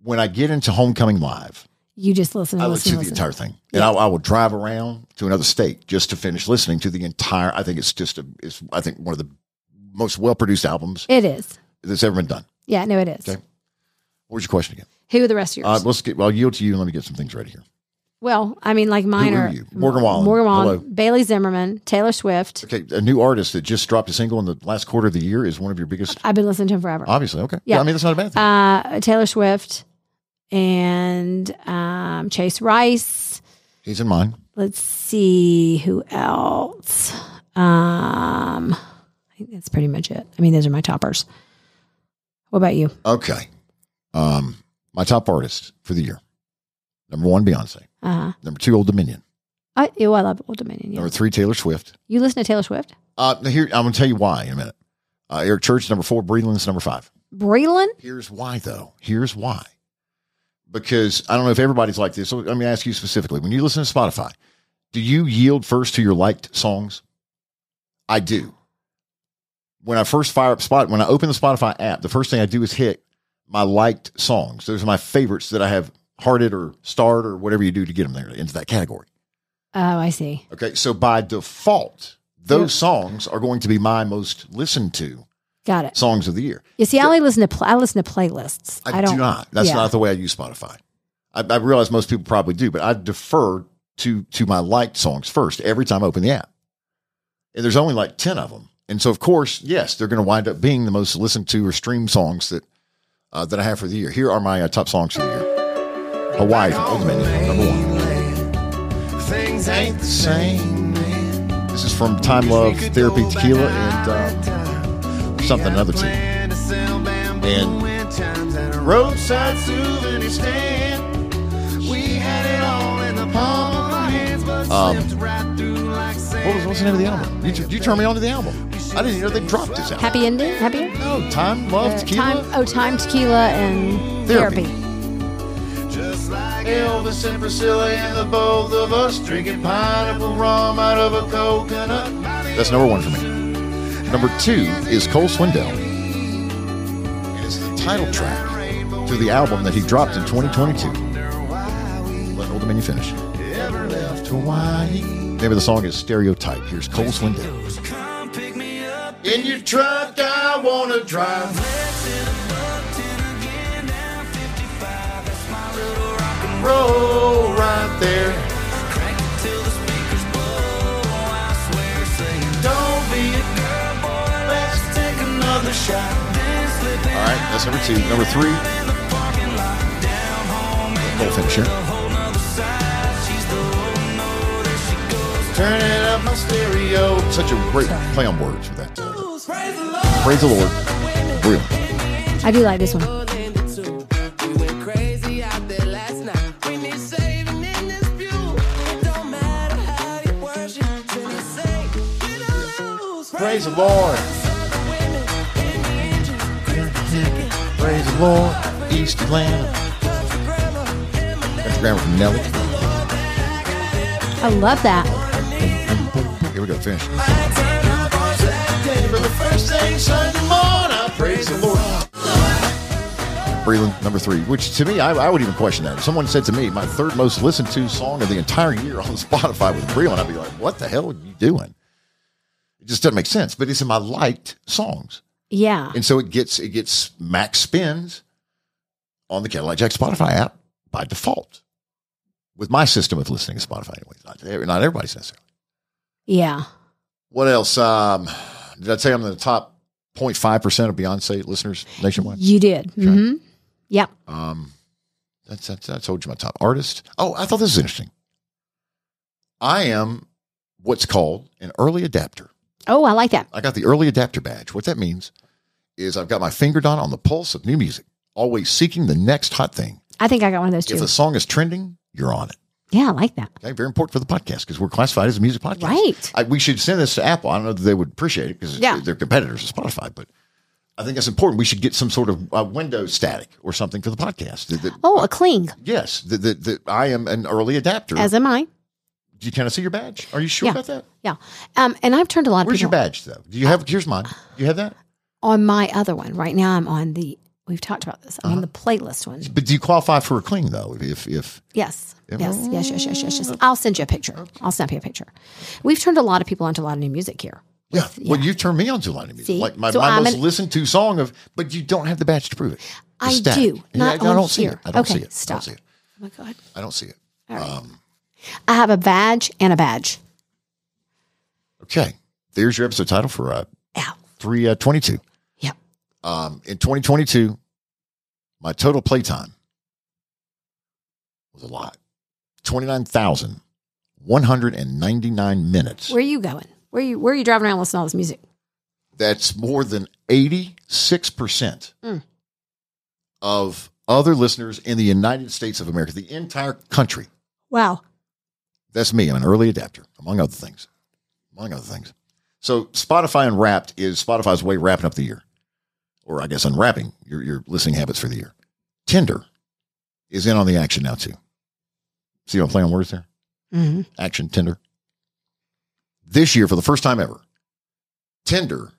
A: When I get into Homecoming Live,
B: You just listen.
A: I
B: And
A: listen
B: listen,
A: to
B: listen.
A: the entire thing, and I, I will drive around to another state just to finish listening to the entire. I think it's just a, it's I think one of the most well produced albums
B: It is.
A: that's ever been done.
B: Yeah, no, it is.
A: Okay. What was your question again?
B: Who are the rest of yours?
A: Uh, let's get. I'll yield to you. and Let me get some things ready here.
B: well, I mean, like mine
A: who
B: are
A: are you? Morgan Wallen.
B: Morgan Wallen,
A: Hello.
B: Bailey Zimmerman, Taylor Swift.
A: Okay, a new artist that just dropped a single in the last quarter of the year is one of your biggest.
B: I've been listening to him forever.
A: Obviously, okay.
B: Yeah.
A: I mean, that's not a bad thing.
B: Uh, Taylor Swift and um, Chase Rice.
A: He's in mine.
B: Let's see who else. Um, I think that's pretty much it. I mean, those are my toppers. What about you?
A: Okay. Um, my top artist for the year. Number one, Beyonce.
B: Uh,
A: Number two, Old Dominion.
B: I, ew, I love Old Dominion. Yeah.
A: Number three, Taylor Swift.
B: You listen to Taylor Swift?
A: Uh, here I'm gonna tell you why in a minute. Uh, Eric Church, number four, Breland's number five.
B: Breland?
A: Here's why though. Here's why. Because I don't know if everybody's like this. So let me ask you specifically. When you listen to Spotify, do you yield first to your liked songs? I do. When I first fire up Spot, when I open the Spotify app, the first thing I do is hit my liked songs. Those are my favorites that I have hearted or starred or whatever you do to get them there into that category.
B: Oh, I see.
A: Okay, so by default, those songs are going to be my most listened to
B: Got it.
A: songs of the year.
B: You see, I only listen to pl- I listen to playlists.
A: I,
B: I, don't.
A: do not. That's
B: yeah.
A: not the way I use Spotify. I, I realize most people probably do, but I defer to to my liked songs first every time I open the app. And there's only like ten of them, and so of course, yes, they're going to wind up being the most listened to or streamed songs that uh, that I have for the year. Here are my uh, top songs for the year: Hawaii from Old Dominion, number one.
E: Things ain't the
A: Same. This is from Time Love Therapy Tequila and. Uh, something another two. And-
E: and roadside souvenir stand. We had it all in the palm of our hands, but
A: Um,
E: slipped right through like
A: What was what's the name of the album? You, you turned me on to the album. I didn't even know they dropped this album.
B: Happy ending? Happy ending?
A: No, time, love,
B: Uh,
A: tequila.
B: time, oh, time, tequila, and
A: Therapy.
B: therapy.
E: Just like Elvis and Priscilla and the both of us drinking pineapple rum out of a coconut.
A: That's number one for me. Number two is Cole Swindell. And it's the title track to the album that he dropped in 2022. Let Old Dominion finish. Ever left Hawaii. Maybe the song is Stereotype. Here's Cole Swindell.
E: In your truck, I wanna drive.
A: Roll right there.
E: Don't be a girl, boy, let's take another shot.
A: All right, that's number two. Number three. Cole finisher.
E: Turn it up my stereo.
A: Such a great play on words with that. uh, Praise the Lord. Real.
B: I do like this one.
E: Praise the Lord.
A: Praise the Lord, East Atlanta. That's the grammar from Nelly.
B: I love that.
A: Here we go, finish.
E: For the first thing Sunday morning, I praise the Lord.
A: Breland, number three, which to me, I, I would even question that. If someone said to me, my third most listened to song of the entire year on Spotify was Breland, I'd be like, what the hell are you doing? It just doesn't make sense, but it's in my liked songs.
B: Yeah.
A: And so it gets it gets max spins on the Cadillac Jack Spotify app by default with my system of listening to Spotify, anyways. Not, not everybody's necessarily.
B: Yeah.
A: What else? Um, did I tell you I'm in the top 0.5% of Beyonce listeners nationwide? Um,
B: You did. hmm Yeah.
A: That's, that's I told you my top artist. Oh, I thought this was interesting. I am what's called an early adapter.
B: Oh, I like that.
A: I got the early adapter badge. What that means is I've got my finger down on the pulse of new music, always seeking the next hot thing.
B: I think I got one of those too.
A: If a song is trending, you're on it.
B: yeah, I like that.
A: Okay, very important for the podcast because we're classified as a music podcast.
B: Right.
A: I, we should send this to Apple. I don't know that they would appreciate it because
B: Yeah.
A: they're competitors to Spotify, but I think that's important. We should get some sort of uh, Windows static or something for the podcast. That- that-
B: Oh, a cling,
A: Yes, that that that I am an early adapter.
B: as am I.
A: Do you kind of see your badge? Are you sure
B: Yeah.
A: about that?
B: Yeah. Um, and I've turned a lot of
A: Where's your
B: people
A: badge though? Do you have? Here's mine. Do you have that?
B: on my other one. Right now, I'm on the. We've talked about this.
A: Uh-huh.
B: I'm on the playlist one.
A: But do you qualify for a cling though? If if
B: Yes. Yes. Yes. Yes. Yes. Yes. Yes. I'll send you a picture. I'll snap you a picture. We've turned a lot of people onto a lot of new music here.
A: yeah, well, you turned me on to a lot of music,
B: See?
A: like my,
B: So
A: my
B: I'm
A: most
B: an-
A: listened to song of. But you don't have the badge to prove it. The
B: I
A: stat.
B: do.
A: Yeah,
B: Not
A: I,
B: on
A: don't see
B: here.
A: it. I don't
B: Okay,
A: see it. I
B: stop.
A: don't see it.
B: Oh my god.
A: I don't see it. Um,
B: I have a badge and a badge.
A: okay, there's your episode title for uh,
B: Ow.
A: three uh, twenty two.
B: Yep.
A: Um, in twenty twenty two, my total playtime was a lot twenty nine thousand one hundred and ninety nine minutes.
B: Where are you going? Where are you where are you driving around listening to all this music?
A: that's more than 86% of other listeners in the United States of America, the entire country.
B: Wow.
A: That's me. I'm an early adapter, among other things. Among other things. So Spotify Unwrapped is Spotify's way of wrapping up the year, or I guess unwrapping your, your listening habits for the year. Tinder is in on the action now, too. See what I'm playing words there?
B: Mhm.
A: Action Tinder. This year, for the first time ever, Tinder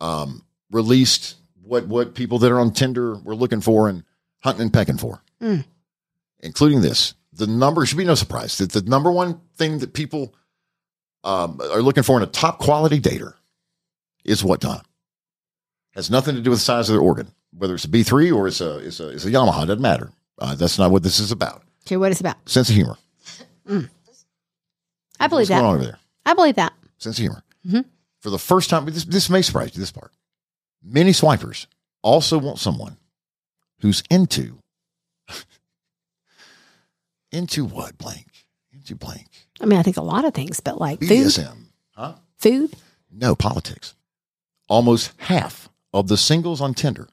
A: um, released what what people that are on Tinder were looking for and hunting and pecking for,
B: Mm.
A: including this. The number should be no surprise that the number one thing that people um, are looking for in a top quality dater is what Donna has nothing to do with the size of their organ, whether it's a B three or it's a it's a it's a Yamaha. Doesn't matter. Uh, that's not what this is about.
B: Okay, what it's about.
A: Sense of humor.
B: I
A: What's going on
B: believe that. Mm-hmm.
A: over there?
B: I believe that.
A: sense of humor. For the first time, this, this may surprise you, this part. Many swipers also want someone who's into, into what, blank? Into blank.
B: I mean, I think a lot of things, but like food,
A: BDSM. Huh?
B: food,
A: No, politics. Almost half of the singles on Tinder,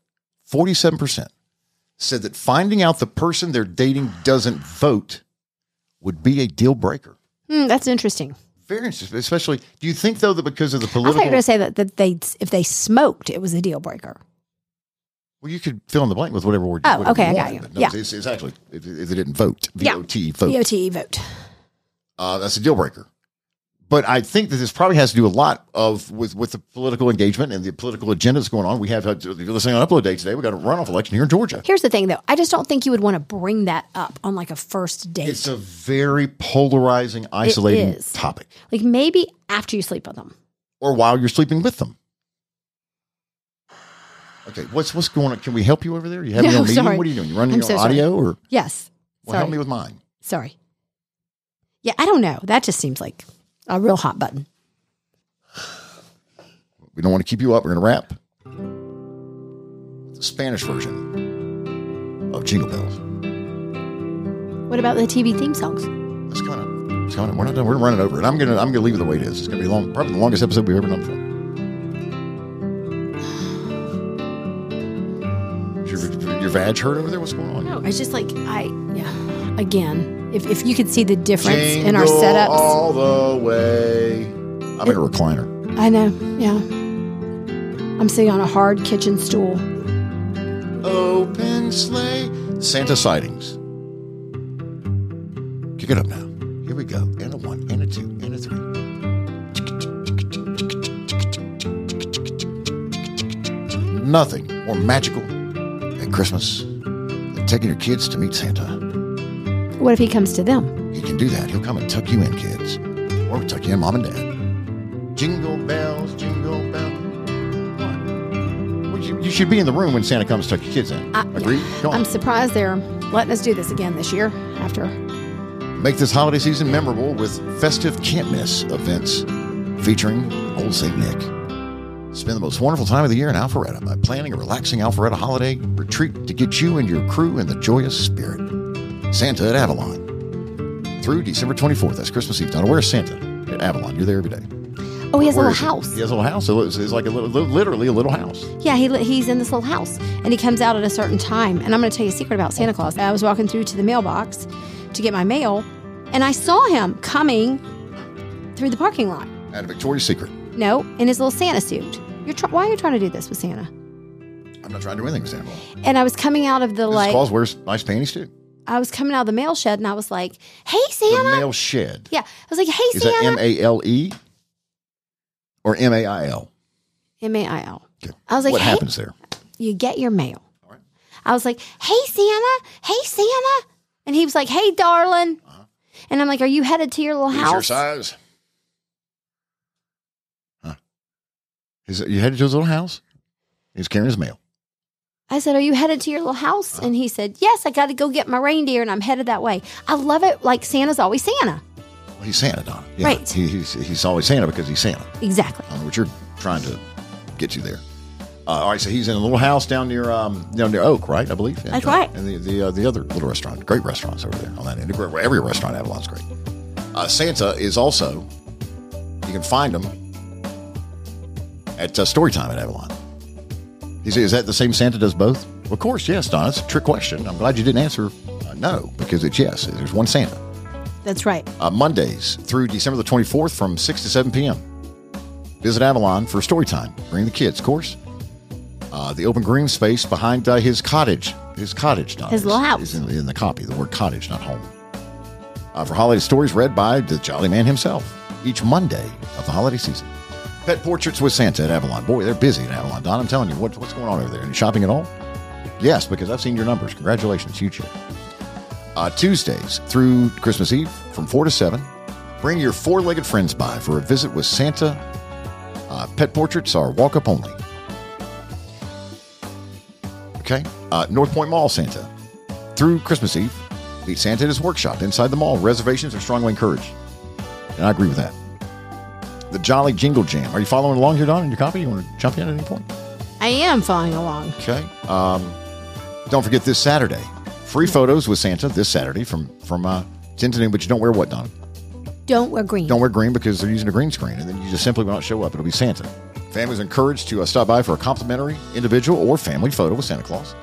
A: 47%, said that finding out the person they're dating doesn't vote would be a deal breaker.
B: Hmm, that's interesting.
A: Very interesting, especially. Do you think though that because of the
B: I thought you
A: political?
B: were going to say that, that they if they smoked, it was a deal breaker.
A: Well, you could fill in the blank with whatever word.
B: Oh,
A: whatever
B: okay, I
A: you
B: got
A: wanted,
B: you.
A: but No,
B: Yeah.
A: it's, it's actually if, if they didn't vote, V
B: Yeah.
A: O T vote.
B: VOTE E, vote.
A: Uh, that's a deal breaker. But I think that this probably has to do a lot of with with the political engagement and the political agenda that's going on. We have had, if you're listening on upload day today. We got a runoff election here in Georgia.
B: Here's the thing, though. I just don't think you would want to bring that up on like a first date.
A: It's a very polarizing, isolating
B: is.
A: topic.
B: like maybe after you sleep with them.
A: Or while you're sleeping with them. Okay, what's what's going on? Can we help you over there? You have
B: No,
A: your own meeting?
B: sorry.
A: What are you doing? You running
B: I'm
A: your
B: so sorry.
A: audio or
B: Yes.
A: well, help me with mine?
B: Sorry. Yeah, I don't know. That just seems like a real hot button.
A: We don't want to keep you up. We're going to wrap the Spanish version of Jingle Bells.
B: What about the TV theme songs?
A: It's coming up. It's coming up. We're not done. We're running over it. I'm gonna. I'm gonna leave it the way it is. It's gonna be long. Probably the longest episode we've ever done before. Is your, your vag hurt over there? What's going on?
B: No, it's just like I yeah. Again, if if you could see the difference in our
A: Jingle
B: setups,
A: all the way. I'm in a recliner.
B: I know. Yeah, I'm sitting on a hard kitchen stool.
A: Open sleigh. Santa sightings. Kick it up now. Here we go. And a one, and a two, and a three. Nothing more magical than Christmas than taking your kids to meet Santa.
B: What if he comes to them?
A: He can do that. He'll come and tuck you in, kids. Or tuck you in, mom and dad. Jingle bells, jingle bells. What? Well, you, you should be in the room when Santa comes to tuck your kids in.
B: I-
A: Agree?
B: yeah.
A: Go on.
B: I'm surprised they're letting us do this again this year. After
A: Make this holiday season memorable with festive can't miss events featuring Old St. Nick. Spend the most wonderful time of the year in Alpharetta by planning a relaxing Alpharetta holiday retreat to get you and your crew in the joyous spirit. Santa at Avalon. Through December 24th, that's Christmas Eve. Donna, where's Santa? At Avalon. You're there every day.
B: Oh, he has
A: Where
B: a
A: is he?
B: little house.
A: He has a little house. So It's, it's like a little, literally a little house.
B: Yeah, he, li- he's in this little house and he comes out at a certain time. And I'm going to tell you a secret about Santa Claus. I was walking through to the mailbox to get my mail and I saw him coming through the parking lot.
A: At a Victoria's Secret.
B: No, in his little Santa suit. You're try- why are you trying to do this with Santa?
A: I'm not trying to do anything with Santa Claus.
B: And I was coming out of the
A: Mrs.
B: like,
A: Claus wears nice panties too.
B: I was coming out of the mail shed and I was like, hey,
A: The
B: Santa.
A: male shed.
B: Yeah. I was like, hey,
A: Is that M
B: Santa.
A: A L E or M A I L?
B: M A I L.
A: Okay.
B: I was like,
A: what
B: hey,
A: happens there?
B: you get your mail. I was like, hey, Santa. Hey, Santa. And he was like, hey, darling. And I'm like, are you headed to your little
A: Here's Uh-huh. your
B: house?
A: size. Huh. Is it, you headed to his little house? He's carrying his mail.
B: I said, Are you headed to your little house?
A: Uh-huh.
B: And he said, Yes, I got to go get my reindeer and I'm headed that way. I love it. Like Santa's always Santa.
A: Well, he's Santa, Donna. Yeah.
B: Right.
A: He, he's, he's always Santa because he's Santa.
B: Exactly.
A: I don't know Uh, what you're trying to get you there. Uh, all right, so he's in a little house down near um, down near Oak, right? I believe. And,
B: That's
A: uh,
B: right.
A: And the the, uh, the other little restaurant, great restaurants over there on that end. Every- Every restaurant in Avalon's great. Uh, Santa is also you can find him at uh, Storytime at Avalon. Is, is that the same Santa does both? Of course, yes, Donna. It's a trick question. I'm glad you didn't answer uh, no because it's yes. There's one Santa
B: That's right.
A: uh, Mondays through December the 24th from 6 to 7 p.m. Visit Avalon for story time. Bring the kids, of course. Uh, the open green space behind uh, his cottage. His cottage, not
B: His
A: is-
B: little house.
A: Is in, in the copy, the word cottage, not home. Uh, for holiday stories read by the Jolly Man himself each Monday of the holiday season. Pet portraits with Santa at Avalon. Boy, they're busy at Avalon. Don, I'm telling you, what, what's going on over there? Any shopping at all? Yes, because I've seen your numbers. Congratulations, huge hit uh, Tuesdays through Christmas Eve from 4 to 7. Bring your four legged friends by for a visit with Santa. Uh, pet portraits are walk up only. Okay. Uh, North Point Mall Santa through Christmas Eve. Meet Santa at his workshop inside the mall. Reservations are strongly encouraged. And I agree with that. The Jolly Jingle Jam. Are you following along here, Don, in your copy? You want to jump in at any point?
B: I am following along.
A: Okay. Um, don't forget this Saturday, free photos with Santa this Saturday from from uh, ten to noon. But you don't wear what, Don?
B: Don't wear green.
A: Don't wear green because they're using a green screen, and then you just simply won't show up. It'll be Santa. Families are encouraged to uh, stop by for a complimentary individual or family photo with Santa Claus.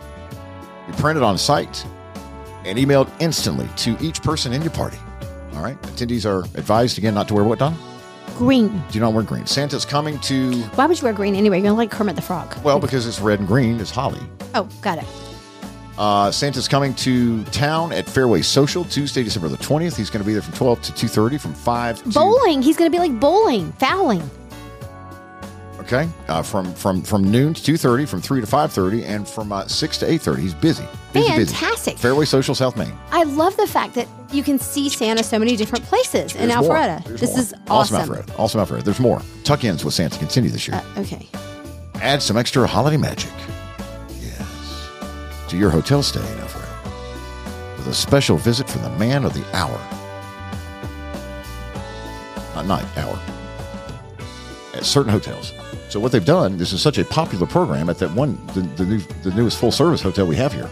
A: Be printed on site and emailed instantly to each person in your party. All right. Attendees are advised again not to wear what, Don?
B: Green.
A: Do not wear green. Santa's coming to
B: Why would you wear green anyway? You're going to like Kermit the Frog.
A: well because it's red and green. It's holly.
B: Oh, got it.
A: Uh, Santa's coming to town at Fairway Social Tuesday, December the twentieth. He's going to be there from twelve to two thirty, from five to
B: Bowling. He's going to be like bowling, fouling.
A: okay, uh, from from from noon to two thirty, from three to five thirty, and from uh, six to eight thirty. He's busy. busy
B: Fantastic.
A: Busy. Fairway Social, South Main.
B: I love the fact that you can see Santa so many different places in
A: There's more.
B: Alpharetta.
A: There's
B: This
A: more.
B: is awesome.
A: Alpharetta. Awesome Alpharetta. There's more tuck ins with Santa continue this year.
B: Uh, okay.
A: Add some extra holiday magic. Yes. To your hotel stay in Alpharetta. With a special visit from the man of the hour. Not night, hour. At certain hotels. So what they've done, this is such a popular program at that one, the, the, new, the newest full service hotel we have here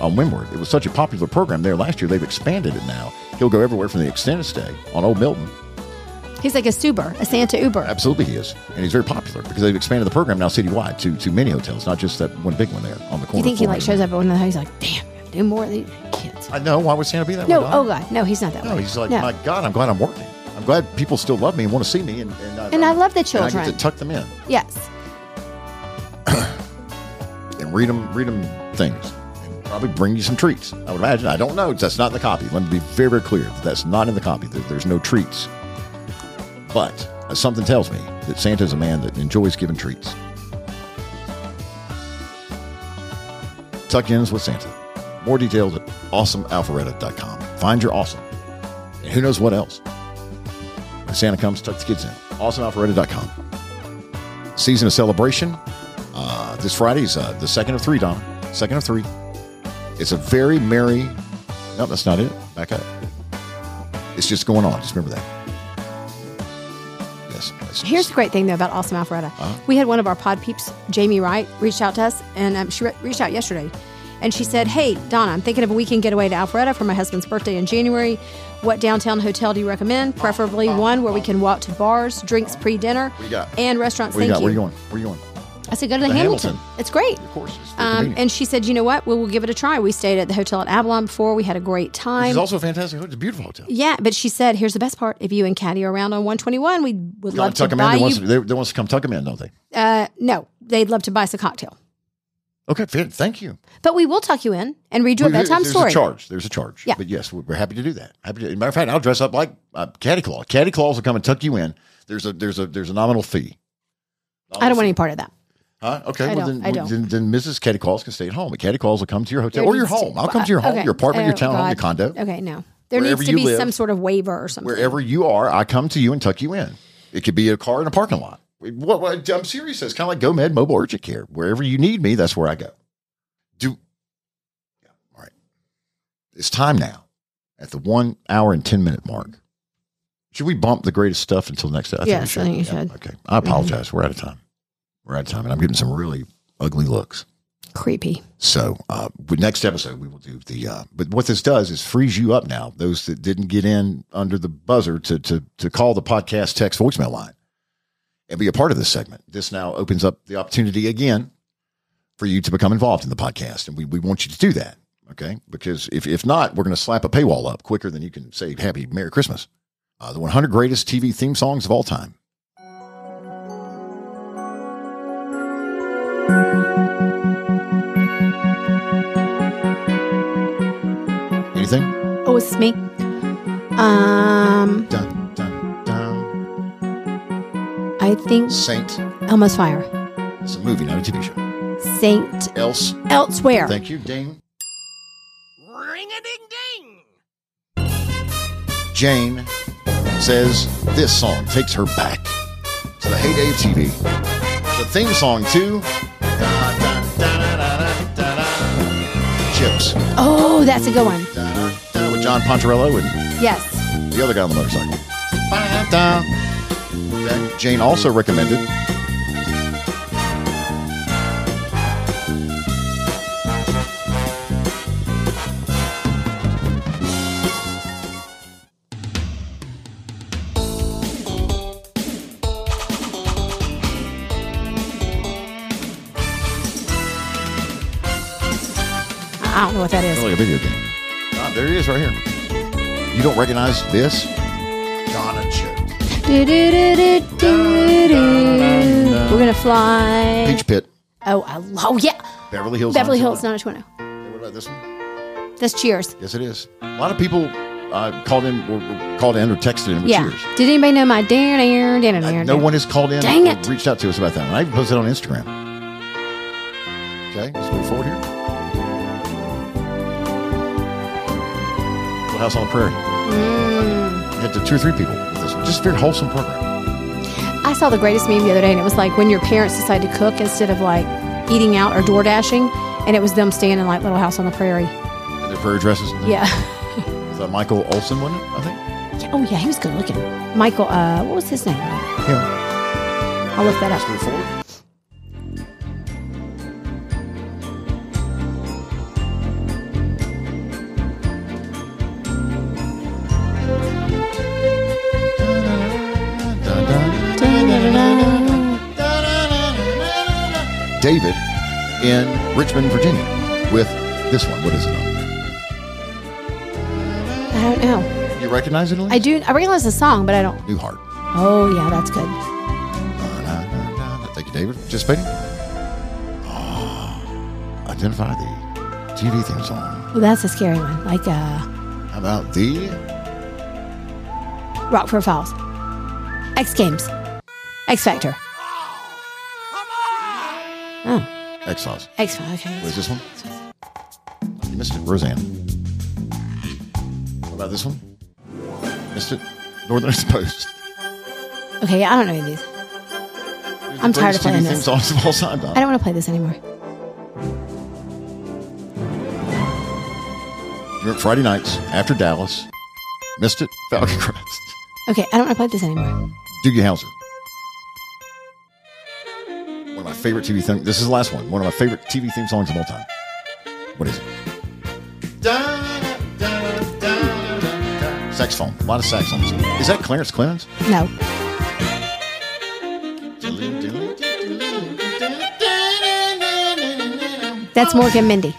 A: on Windward. It was such a popular program there last year. They've expanded it now. He'll go everywhere from the extended stay on Old Milton
B: He's like a Suber, a Santa Uber.
A: Absolutely, he is, and he's very popular because they've expanded the program now citywide to to many hotels, not just that one big one there on the corner.
B: you think he like shows
A: up?
B: up at one of the houses like, damn, we gotta do more of these kids.
A: I know. Why would Santa be that
B: No,
A: way?
B: oh
A: Donna?
B: God, no, he's not that
A: Oh No,
B: way.
A: he's like, my God, I'm glad I'm working. I'm glad people still love me and want to see me, and and I,
B: And I love the
A: and I get
B: children.
A: to tuck them in
B: Yes.
A: and read them read them things, and probably bring you some treats. I would imagine. I don't know. That's not in the copy. Let me be very very clear. that That's not in the copy. There- There's no treats. But uh, something tells me that Santa's a man that enjoys giving treats. Tuck ins with Santa. More details at awesomealpharetta.com. Find your awesome. And who knows what else? When Santa comes, tuck the kids in. Awesomealpharetta.com. Season of celebration. Uh, this Friday is uh, the second of three, Donna. Second of three. It's a very merry. No, that's not it. Back up. It's just going on. Just remember that. Yes. business.
B: Here's the great thing though about Awesome Alpharetta. We had one of our pod peeps, Jamie Wright, reached out to us, and um, she re- reached out yesterday, and she said, "Hey Donna, I'm thinking of a weekend getaway to Alpharetta for my husband's birthday in January. What downtown hotel do you recommend?
A: Oh,
B: Preferably one where we can walk to bars, drinks pre-dinner,
A: What you got?
B: and restaurants.
A: Where you
B: Thank
A: got? Where you going? Where you going?
B: I said, go to the,
A: The
B: Hamilton.
A: Hamilton.
B: It's great.
A: Of course, it's very
B: Um,
A: convenient.
B: and she said, you know what? Well, we'll give it a try. We stayed at the hotel at Avalon before. We had a great
A: It's
B: time.
A: also a fantastic. hotel. It's a beautiful hotel.
B: yeah, but she said, here's the best part. If you and Caddy are around on 121, we would
A: Gotta
B: love to
A: tuck 'em
B: buy
A: in. They
B: you.
A: wants, they, they wants to come tuck them in, don't they?
B: uh, no, they'd love to buy us a cocktail.
A: Okay, fair. Thank you.
B: But we will tuck you in and read you a
A: Well, there-
B: bedtime
A: there's
B: story.
A: a charge. There's a charge.
B: Yeah.
A: But yes, we're we're happy to do that. Happy to, as a matter of fact, I'll dress up like uh, Caddy Claw. Caddy Claws will come and tuck you in. There's a there's a there's a nominal fee.
B: I don't want any part of that.
A: Huh? Okay.
B: I
A: well,
B: don't-
A: then,
B: I don't.
A: then, then Mrs. Caddy Claws can stay at home. But Caddy Claws will come to your hotel
B: There
A: or your
B: needs to-
A: home. I'll come to your home,
B: Okay.
A: your apartment, your
B: Oh,
A: townhome, your
B: God.
A: condo.
B: Okay, no. There
A: Wherever
B: needs to
A: you
B: be
A: live.
B: some sort of waiver or something.
A: Wherever you are, I come to you and tuck you in. It could be a car in a parking lot. What, what- I'm serious. It's kind of like GoMed Mobile Urgent Care. Wherever you need me, that's where I go. Do. Yeah, all right. It's time now at the one hour and 10 minute mark. Should we bump the greatest stuff until next time?
B: Yes, I think you should.
A: Okay. I apologize. We're out of time. We're out of time. And I'm getting some really ugly looks.
B: Creepy.
A: So uh, with next episode, we will do the. Uh, but what this does is frees you up now. Those that didn't get in under the buzzer to to to call the podcast text voicemail line and be a part of this segment. This now opens up the opportunity again for you to become involved in the podcast, and we we want you to do that. Okay, because if if not, we're going to slap a paywall up quicker than you can say Happy Merry Christmas. Uh, the 100 greatest TV theme songs of all time. Anything?
B: Oh, it's me. Um,
A: Dun dun dun.
B: I think
A: Saint.
B: Elmo's Fire.
A: It's a movie, not a TV show.
B: Saint
A: Else.
B: Elsewhere.
A: Thank you, Ding. Ring a ding ding. Jane says this song takes her back to the heyday of TV. The theme song to Chips
B: Oh, that's a good one.
A: Da-da-da, with John Poncherello and
B: Yes.
A: the other guy on the motorcycle. Ba-da. That Jane also recommended. oh,
B: I I don't know what that is.
A: like a video game. Ah, there he is right here. You don't recognize this? Donna Chips.
B: Do-do-do-do-do-do. We're gonna fly.
A: Peach Pit.
B: Oh, I lo- oh yeah.
A: Beverly Hills.
B: Beverly
A: 90210.
B: Hills 90210.
A: What about this one?
B: oh. That's Cheers.
A: Yes, it is. A lot of people uh, called in, were, were called in, or texted in with
B: Yeah.
A: cheers.
B: Did anybody know my Dan Aaron? Dan
A: Uh, no one has called in.
B: Dang
A: or
B: it.
A: Reached out to us about that one. I even posted it on Instagram. Okay, let's move forward here. Little House on the Prairie.
B: Mm.
A: Hit to two or three people with this one. Just a very wholesome program.
B: I saw the greatest meme the other day, and it was like when your parents decide to cook instead of like eating out or door dashing, and it was them staying in like Little House on the Prairie.
A: And their prayer dresses.
B: Yeah.
A: Is that Michael Olson, wasn't it? I think.
B: Yeah, Oh yeah, he was good looking. Michael, uh, what was his name?
A: Yeah.
B: I'll look that
A: Let's
B: up.
A: move forward. David in Richmond, Virginia, with this one. What is it?
B: I don't know.
A: You recognize it? Elise?
B: I do. I recognize the song, but I don't.
A: New Heart.
B: Oh yeah, that's good.
A: Thank you, David. Participating. Oh, identify the TV theme song.
B: Well, that's a scary one. Like uh,
A: How about the?
B: Rockford Falls, X Games, X Factor. Oh,
A: X Files.
B: X Factor. Okay.
A: What is this one? You missed it. Roseanne. What about this one? Missed it. Northern Post.
B: Okay, I don't know any of these. I'm tired of
A: Greatest TV
B: playing
A: theme
B: this.
A: songs of all time. Don.
B: I don't want to play this anymore.
A: You remember Friday nights after Dallas. Missed it. Falcon Crest.
B: Okay, I don't want to play this anymore.
A: Doogie Howser. One of my favorite TV theme. This is the last one. One of my favorite TV theme songs of all time. What is it? Saxophone. A lot of saxophones. Is that Clarence Clemens?
B: No. That's Morgan Mindy.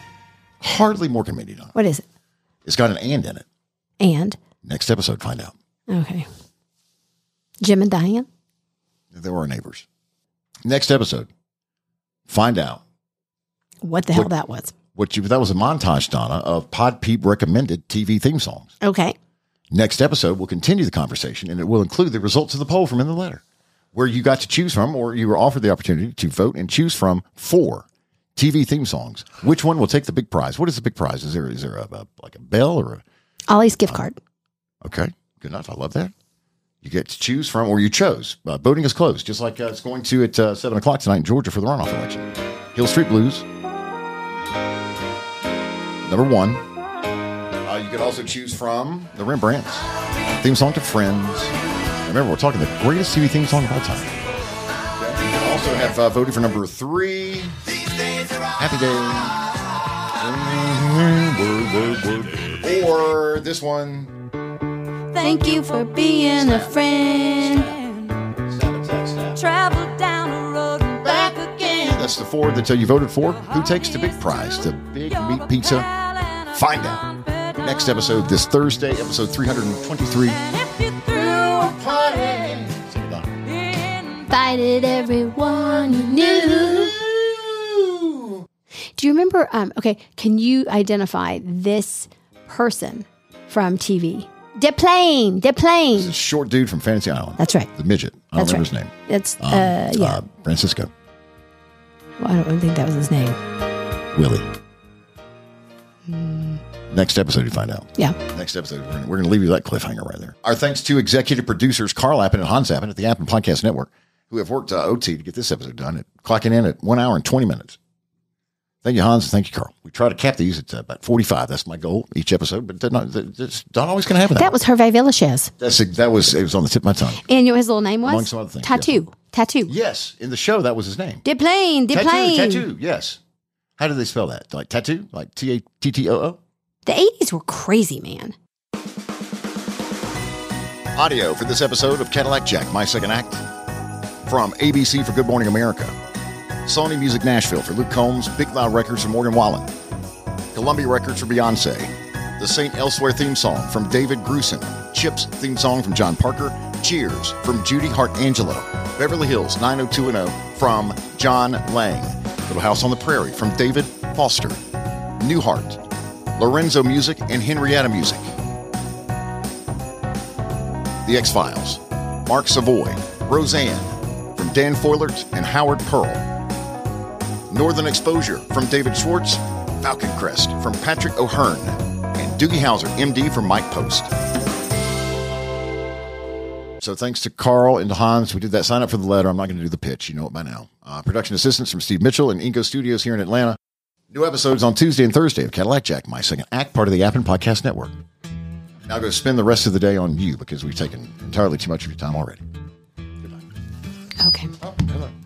A: Hardly more comedy on it.
B: What is it?
A: It's got an and in it.
B: And
A: Next episode, find out.
B: okay. Jim and Diane.
A: They were our neighbors. Next episode, find out
B: What the hell that was?
A: what you. That was a montage, Donna, of Pod Peep recommended TV theme songs.
B: Okay.
A: Next episode, we'll continue the conversation and it will include the results of the poll from in the letter, where you got to choose from or you were offered the opportunity to vote and choose from four TV theme songs. Which one will take the big prize? What is the big prize? Is there is there a, a like a bell or a
B: Ollie's gift card.
A: Okay, good enough. I love that. You get to choose from, or you chose. Uh, voting is closed, just like uh, it's going to at uh, 7 o'clock tonight in Georgia for the runoff election. Hill Street Blues, number one. Uh, you could also choose from the Rembrandts, theme song to Friends. Remember, we're talking the greatest TV theme song of all time. Okay. You can also have uh, voting for number three, Happy Day. Or this one,
G: Thank you for being a friend. Travel down the road and back again.
A: That's the four that you voted for. Who takes the big prize? The big meat pizza? Find out. Next episode this Thursday, episode 323. Sing it, Donna.
B: Invited everyone you knew. Do you remember? Um, okay, can you identify this person from TV? De plane, de
A: It's a
B: plane.
A: short dude from Fantasy Island.
B: That's right.
A: The midget. I don't
B: That's
A: remember
B: right.
A: his name.
B: That's
A: Um,
B: uh, yeah.
A: uh, Francisco.
B: well, I don't think that was his name.
A: Willie.
B: Hmm.
A: Next episode, you find out.
B: Yeah.
A: Next episode, we're gonna, we're gonna leave you that cliffhanger right there. Our thanks to executive producers Carl Appen and Hans Appen at the Appen Podcast Network, who have worked uh, OT to get this episode done, at, clocking in at one hour and 20 minutes. Thank you, Hans. and Thank you, Carl. We try to cap these at uh, about 45. That's my goal each episode, but they're not, they're just not always going to happen.
B: That was Hervé Villachez.
A: That's a, that was it was on the tip of my tongue.
B: And you know what his little name was?
A: Among some other things, yeah.
B: Tattoo. Tattoo.
A: Yes, in the show that was his name.
B: De plane, de
A: tattoo,
B: plane.
A: tattoo. Yes. How do they spell that? Like tattoo, like T A T T O O.
B: The 80s were crazy, man.
A: Audio for this episode of Cadillac Jack, My Second Act, from ABC for Good Morning America, Sony Music Nashville for Luke Combs, Big Loud Records for Morgan Wallen, Columbia Records for Beyonce, the St. Elsewhere theme song from David Grusin, Chips theme song from John Parker, Cheers from Judy Hart Angelo, Beverly Hills 90210 from John Lang, Little House on the Prairie from David Foster, Newhart, Lorenzo Music, and Henrietta Music. The X Files, Mark Savoy, Roseanne, from Dan Foilert and Howard Pearl. Northern Exposure from David Schwartz, Falcon Crest from Patrick O'Hearn, and Doogie Howser, MD from Mike Post. So thanks to Carl and to Hans, we did that sign up for the letter. I'm not going to do the pitch, you know it by now. Uh, production assistance from Steve Mitchell and Inco Studios here in Atlanta. New episodes on Tuesday and Thursday of Cadillac Jack, my second act, part of the App and Podcast Network. Now go spend the rest of the day on you because we've taken entirely too much of your time already.
B: Okay.
A: Oh, hello.